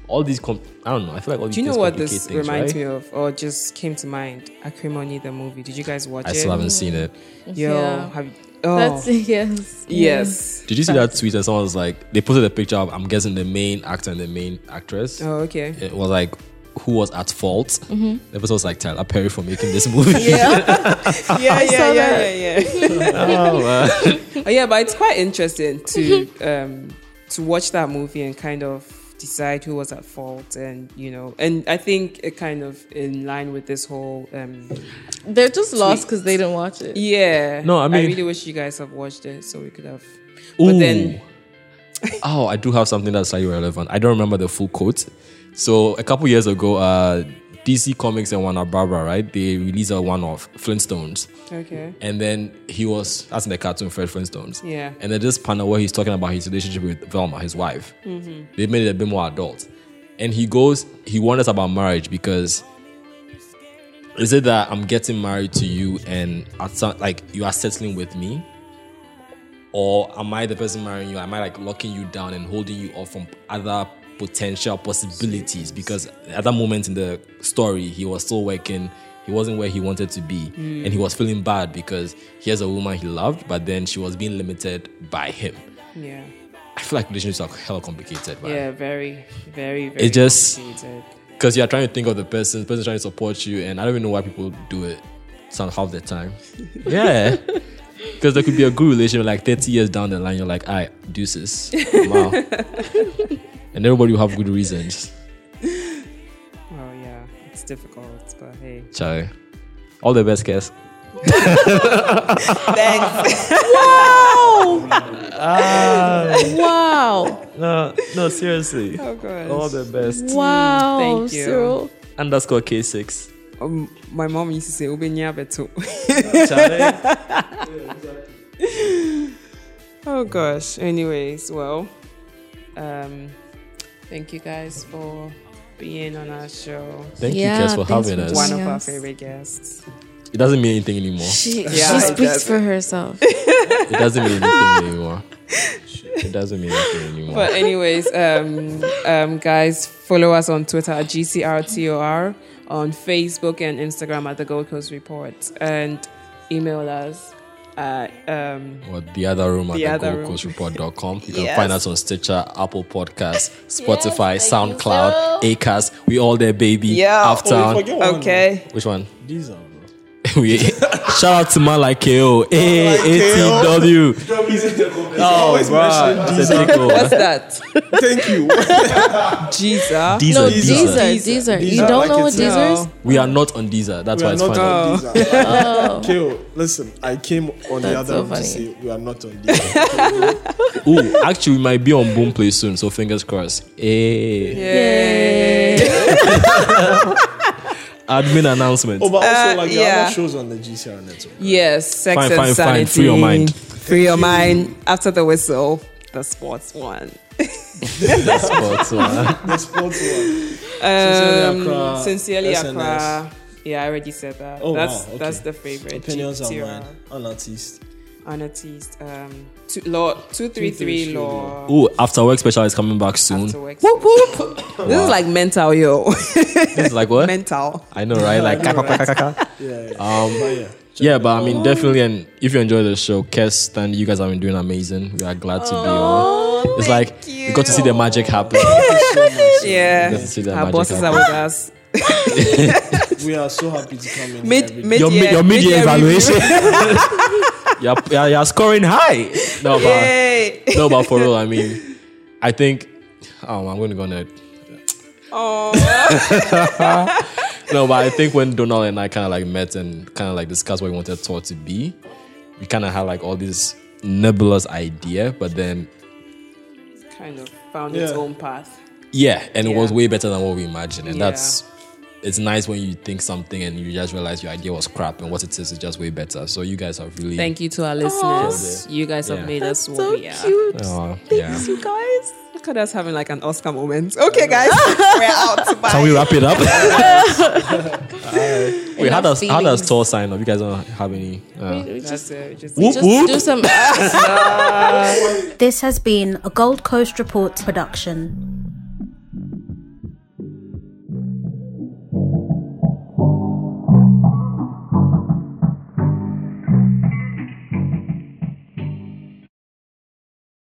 D: all these, com- I don't know. I feel like all
C: Mm.
D: these.
C: Do you know
D: things
C: what
D: complicate
C: this
D: things,
C: reminds
D: right?
C: me of, or just came to mind? Acrimony, the movie. Did you guys watch
D: I
C: it?
D: still haven't seen it.
C: Yo,
E: Yeah.
C: have you, oh,
E: That's yes.
C: yes.
D: Did you see that tweet that someone was like, they posted a picture of, I'm guessing, the main actor and the main actress?
C: Oh, Mm-hmm. okay.
D: It was like, who was at fault? The person was like, Tyler Perry for making this movie.
C: Yeah, yeah,
E: saw
C: yeah,
E: that.
C: yeah, yeah.
D: Oh, wow.
C: Oh, yeah, but it's quite interesting to um to watch that movie and kind of decide who was at fault and you know and I think it kind of in line with this whole um
E: They're just lost because they didn't watch it.
C: yeah.
D: No, I mean-
C: really wish you guys have watched it so we could have.
D: Ooh.
C: But then
D: oh, I do have something that's slightly relevant. I don't remember the full quote. So a couple years ago, uh, DC Comics and Warner Barbara, right? They released a one-off, Flintstones.
C: okay.
D: And then he was, that's in the cartoon Fred Flintstones.
C: Yeah.
D: And then this panel where he's talking about his relationship with Velma, his wife, they made it a bit more adult. And he goes, he wonders about marriage because is it that I'm getting married to you and at some, like you are settling with me? Or am I the person marrying you? Am I like locking you down and holding you off from other potential possibilities? Because at that moment in the story, he was still working. He wasn't where he wanted to be. And he was feeling bad because here's a woman he loved, but then she was being limited by him.
C: Yeah.
D: I feel like relationships are hella complicated, man.
H: Yeah, very, very, very.
D: It just-
H: complicated.
D: Because you're trying to think of the person, the person's trying to support you, and I don't even know why people do it some half the time. Yeah. Because there could be a good relationship, like 30 years down the line, you're like, I deuces. Wow. and everybody will have good reasons.
C: Well, yeah. It's difficult, but hey.
D: Ciao. All the best, guys.
C: Thanks.
E: Wow.
G: No, no, seriously.
C: oh gosh.
G: All the best.
E: Wow.
C: Thank you.
E: Cyril.
G: Underscore K6.
C: Um, my mom used to say "Ubenya beto."
G: Charlie?
C: oh gosh. Anyways, well, um, thank you guys for being on our show.
D: Thank
E: Yeah,
D: you, guys, for
E: thanks
D: having
E: for
D: us.
C: One
E: joining.
C: of our
E: Yes.
C: favorite guests.
D: It doesn't mean anything anymore.
E: She,
C: Yeah,
E: she
C: it
E: speaks for herself.
D: It doesn't mean anything anymore. It doesn't mean anything anymore.
C: But anyways, um, um, guys, follow us on Twitter at GCRTOR, on Facebook and Instagram at the Gold Coast Report, and email us at um,
D: or the other room
C: The
D: at the
C: other
D: Gold
C: room.
D: Coast Report.com. You can
C: Yes.
D: find us on Stitcher, Apple Podcasts, Spotify, SoundCloud, Acast. We all there, baby.
C: Yeah.
F: Oh, you
D: Uptown.
F: forget one.
C: okay.
D: Which one?
F: These are, bro.
D: we, shout out to man like KO. Hey, ATW.
F: Always mention
D: It's a tickle.
C: What's that?
F: these. Thank you.
C: Jesus.
G: These
E: no,
G: are these
E: Deezer.
G: are-
E: Deezer. You
F: Deezer,
E: don't
F: like
E: know what
F: it's- No.
E: Deezer is?
D: We are not on Deezer. That's
F: We
D: why
F: are
D: it's
F: not
D: funny.
F: on these. uh, Kale, listen, I came on the
E: That's
F: other
E: so
F: room to
E: funny.
F: say we are not on these.
D: Ooh, actually, we might be on Boom Play soon. So fingers crossed. Hey. Admin announcement.
F: Oh, but also, like, there are
C: yeah.
F: other shows on the GCR network.
C: Yes, sex
D: Fine,
C: and
D: fine, fine.
C: sanity.
D: Free your mind.
C: Free your mind. After the whistle, the sports one.
D: But, uh,
F: The sports one.
C: Um,
F: Sincerely Accra,
C: Sincerely
F: SNS.
C: Accra. Yeah, I already said that.
F: Oh,
C: that's
F: wow, okay.
C: that's the favorite.
F: Opinions are
C: GTR.
F: mine. An artist.
C: Unatteased. Um, two, law two three three law.
D: ooh, After Work Special is coming back soon.
C: After work This is like mental, yo.
D: This is like what?
C: mental.
D: I know, right? Like,
F: Yeah. yeah. but yeah.
D: Yeah, but I mean, definitely, and if you enjoy the show, Kirsten, you guys have been doing amazing. We are glad to be
C: Oh,
D: on. It's like we got to see the magic happen.
C: Yeah.
D: Let's see that
C: Our
D: magic
C: bosses are
D: happen.
C: with us.
F: We are so happy to come in.
C: Mid
F: every day.
C: mid
D: your, mi-
C: year,
D: your media
C: review.
D: evaluation. you're, you're, you're scoring high. No, but
C: Yay.
D: no, but for real, I mean, I think. Oh, I'm going to go on a-
C: Oh,
D: No, but I think when Donald and I kind of like met and kind of like discussed what we wanted tour to be, we kind of had like all this nebulous idea, but then
C: kind of found its
F: Yeah.
C: own path.
D: Yeah, and it
C: Yeah.
D: was way better than what we imagined. And
C: Yeah.
D: that's it's nice when you think something and you just realize your idea was crap and what it is is just way better. So you guys have really
C: Thank you to our listeners. You guys
D: Yeah.
C: have made us what
E: So
C: we are.
E: cute.
D: Aw, uh, yeah.
C: You guys, look at us having like an Oscar moment. Okay, guys, we're out. Bye.
D: Can we wrap it up? Wait, how
E: Enough
D: does how
E: feelings.
D: does Tor sign up? You guys don't have any. Uh,
C: That's it. Just
D: whoop
E: Just
D: whoop.
E: do some.
I: This has been a Gold Coast Reports production.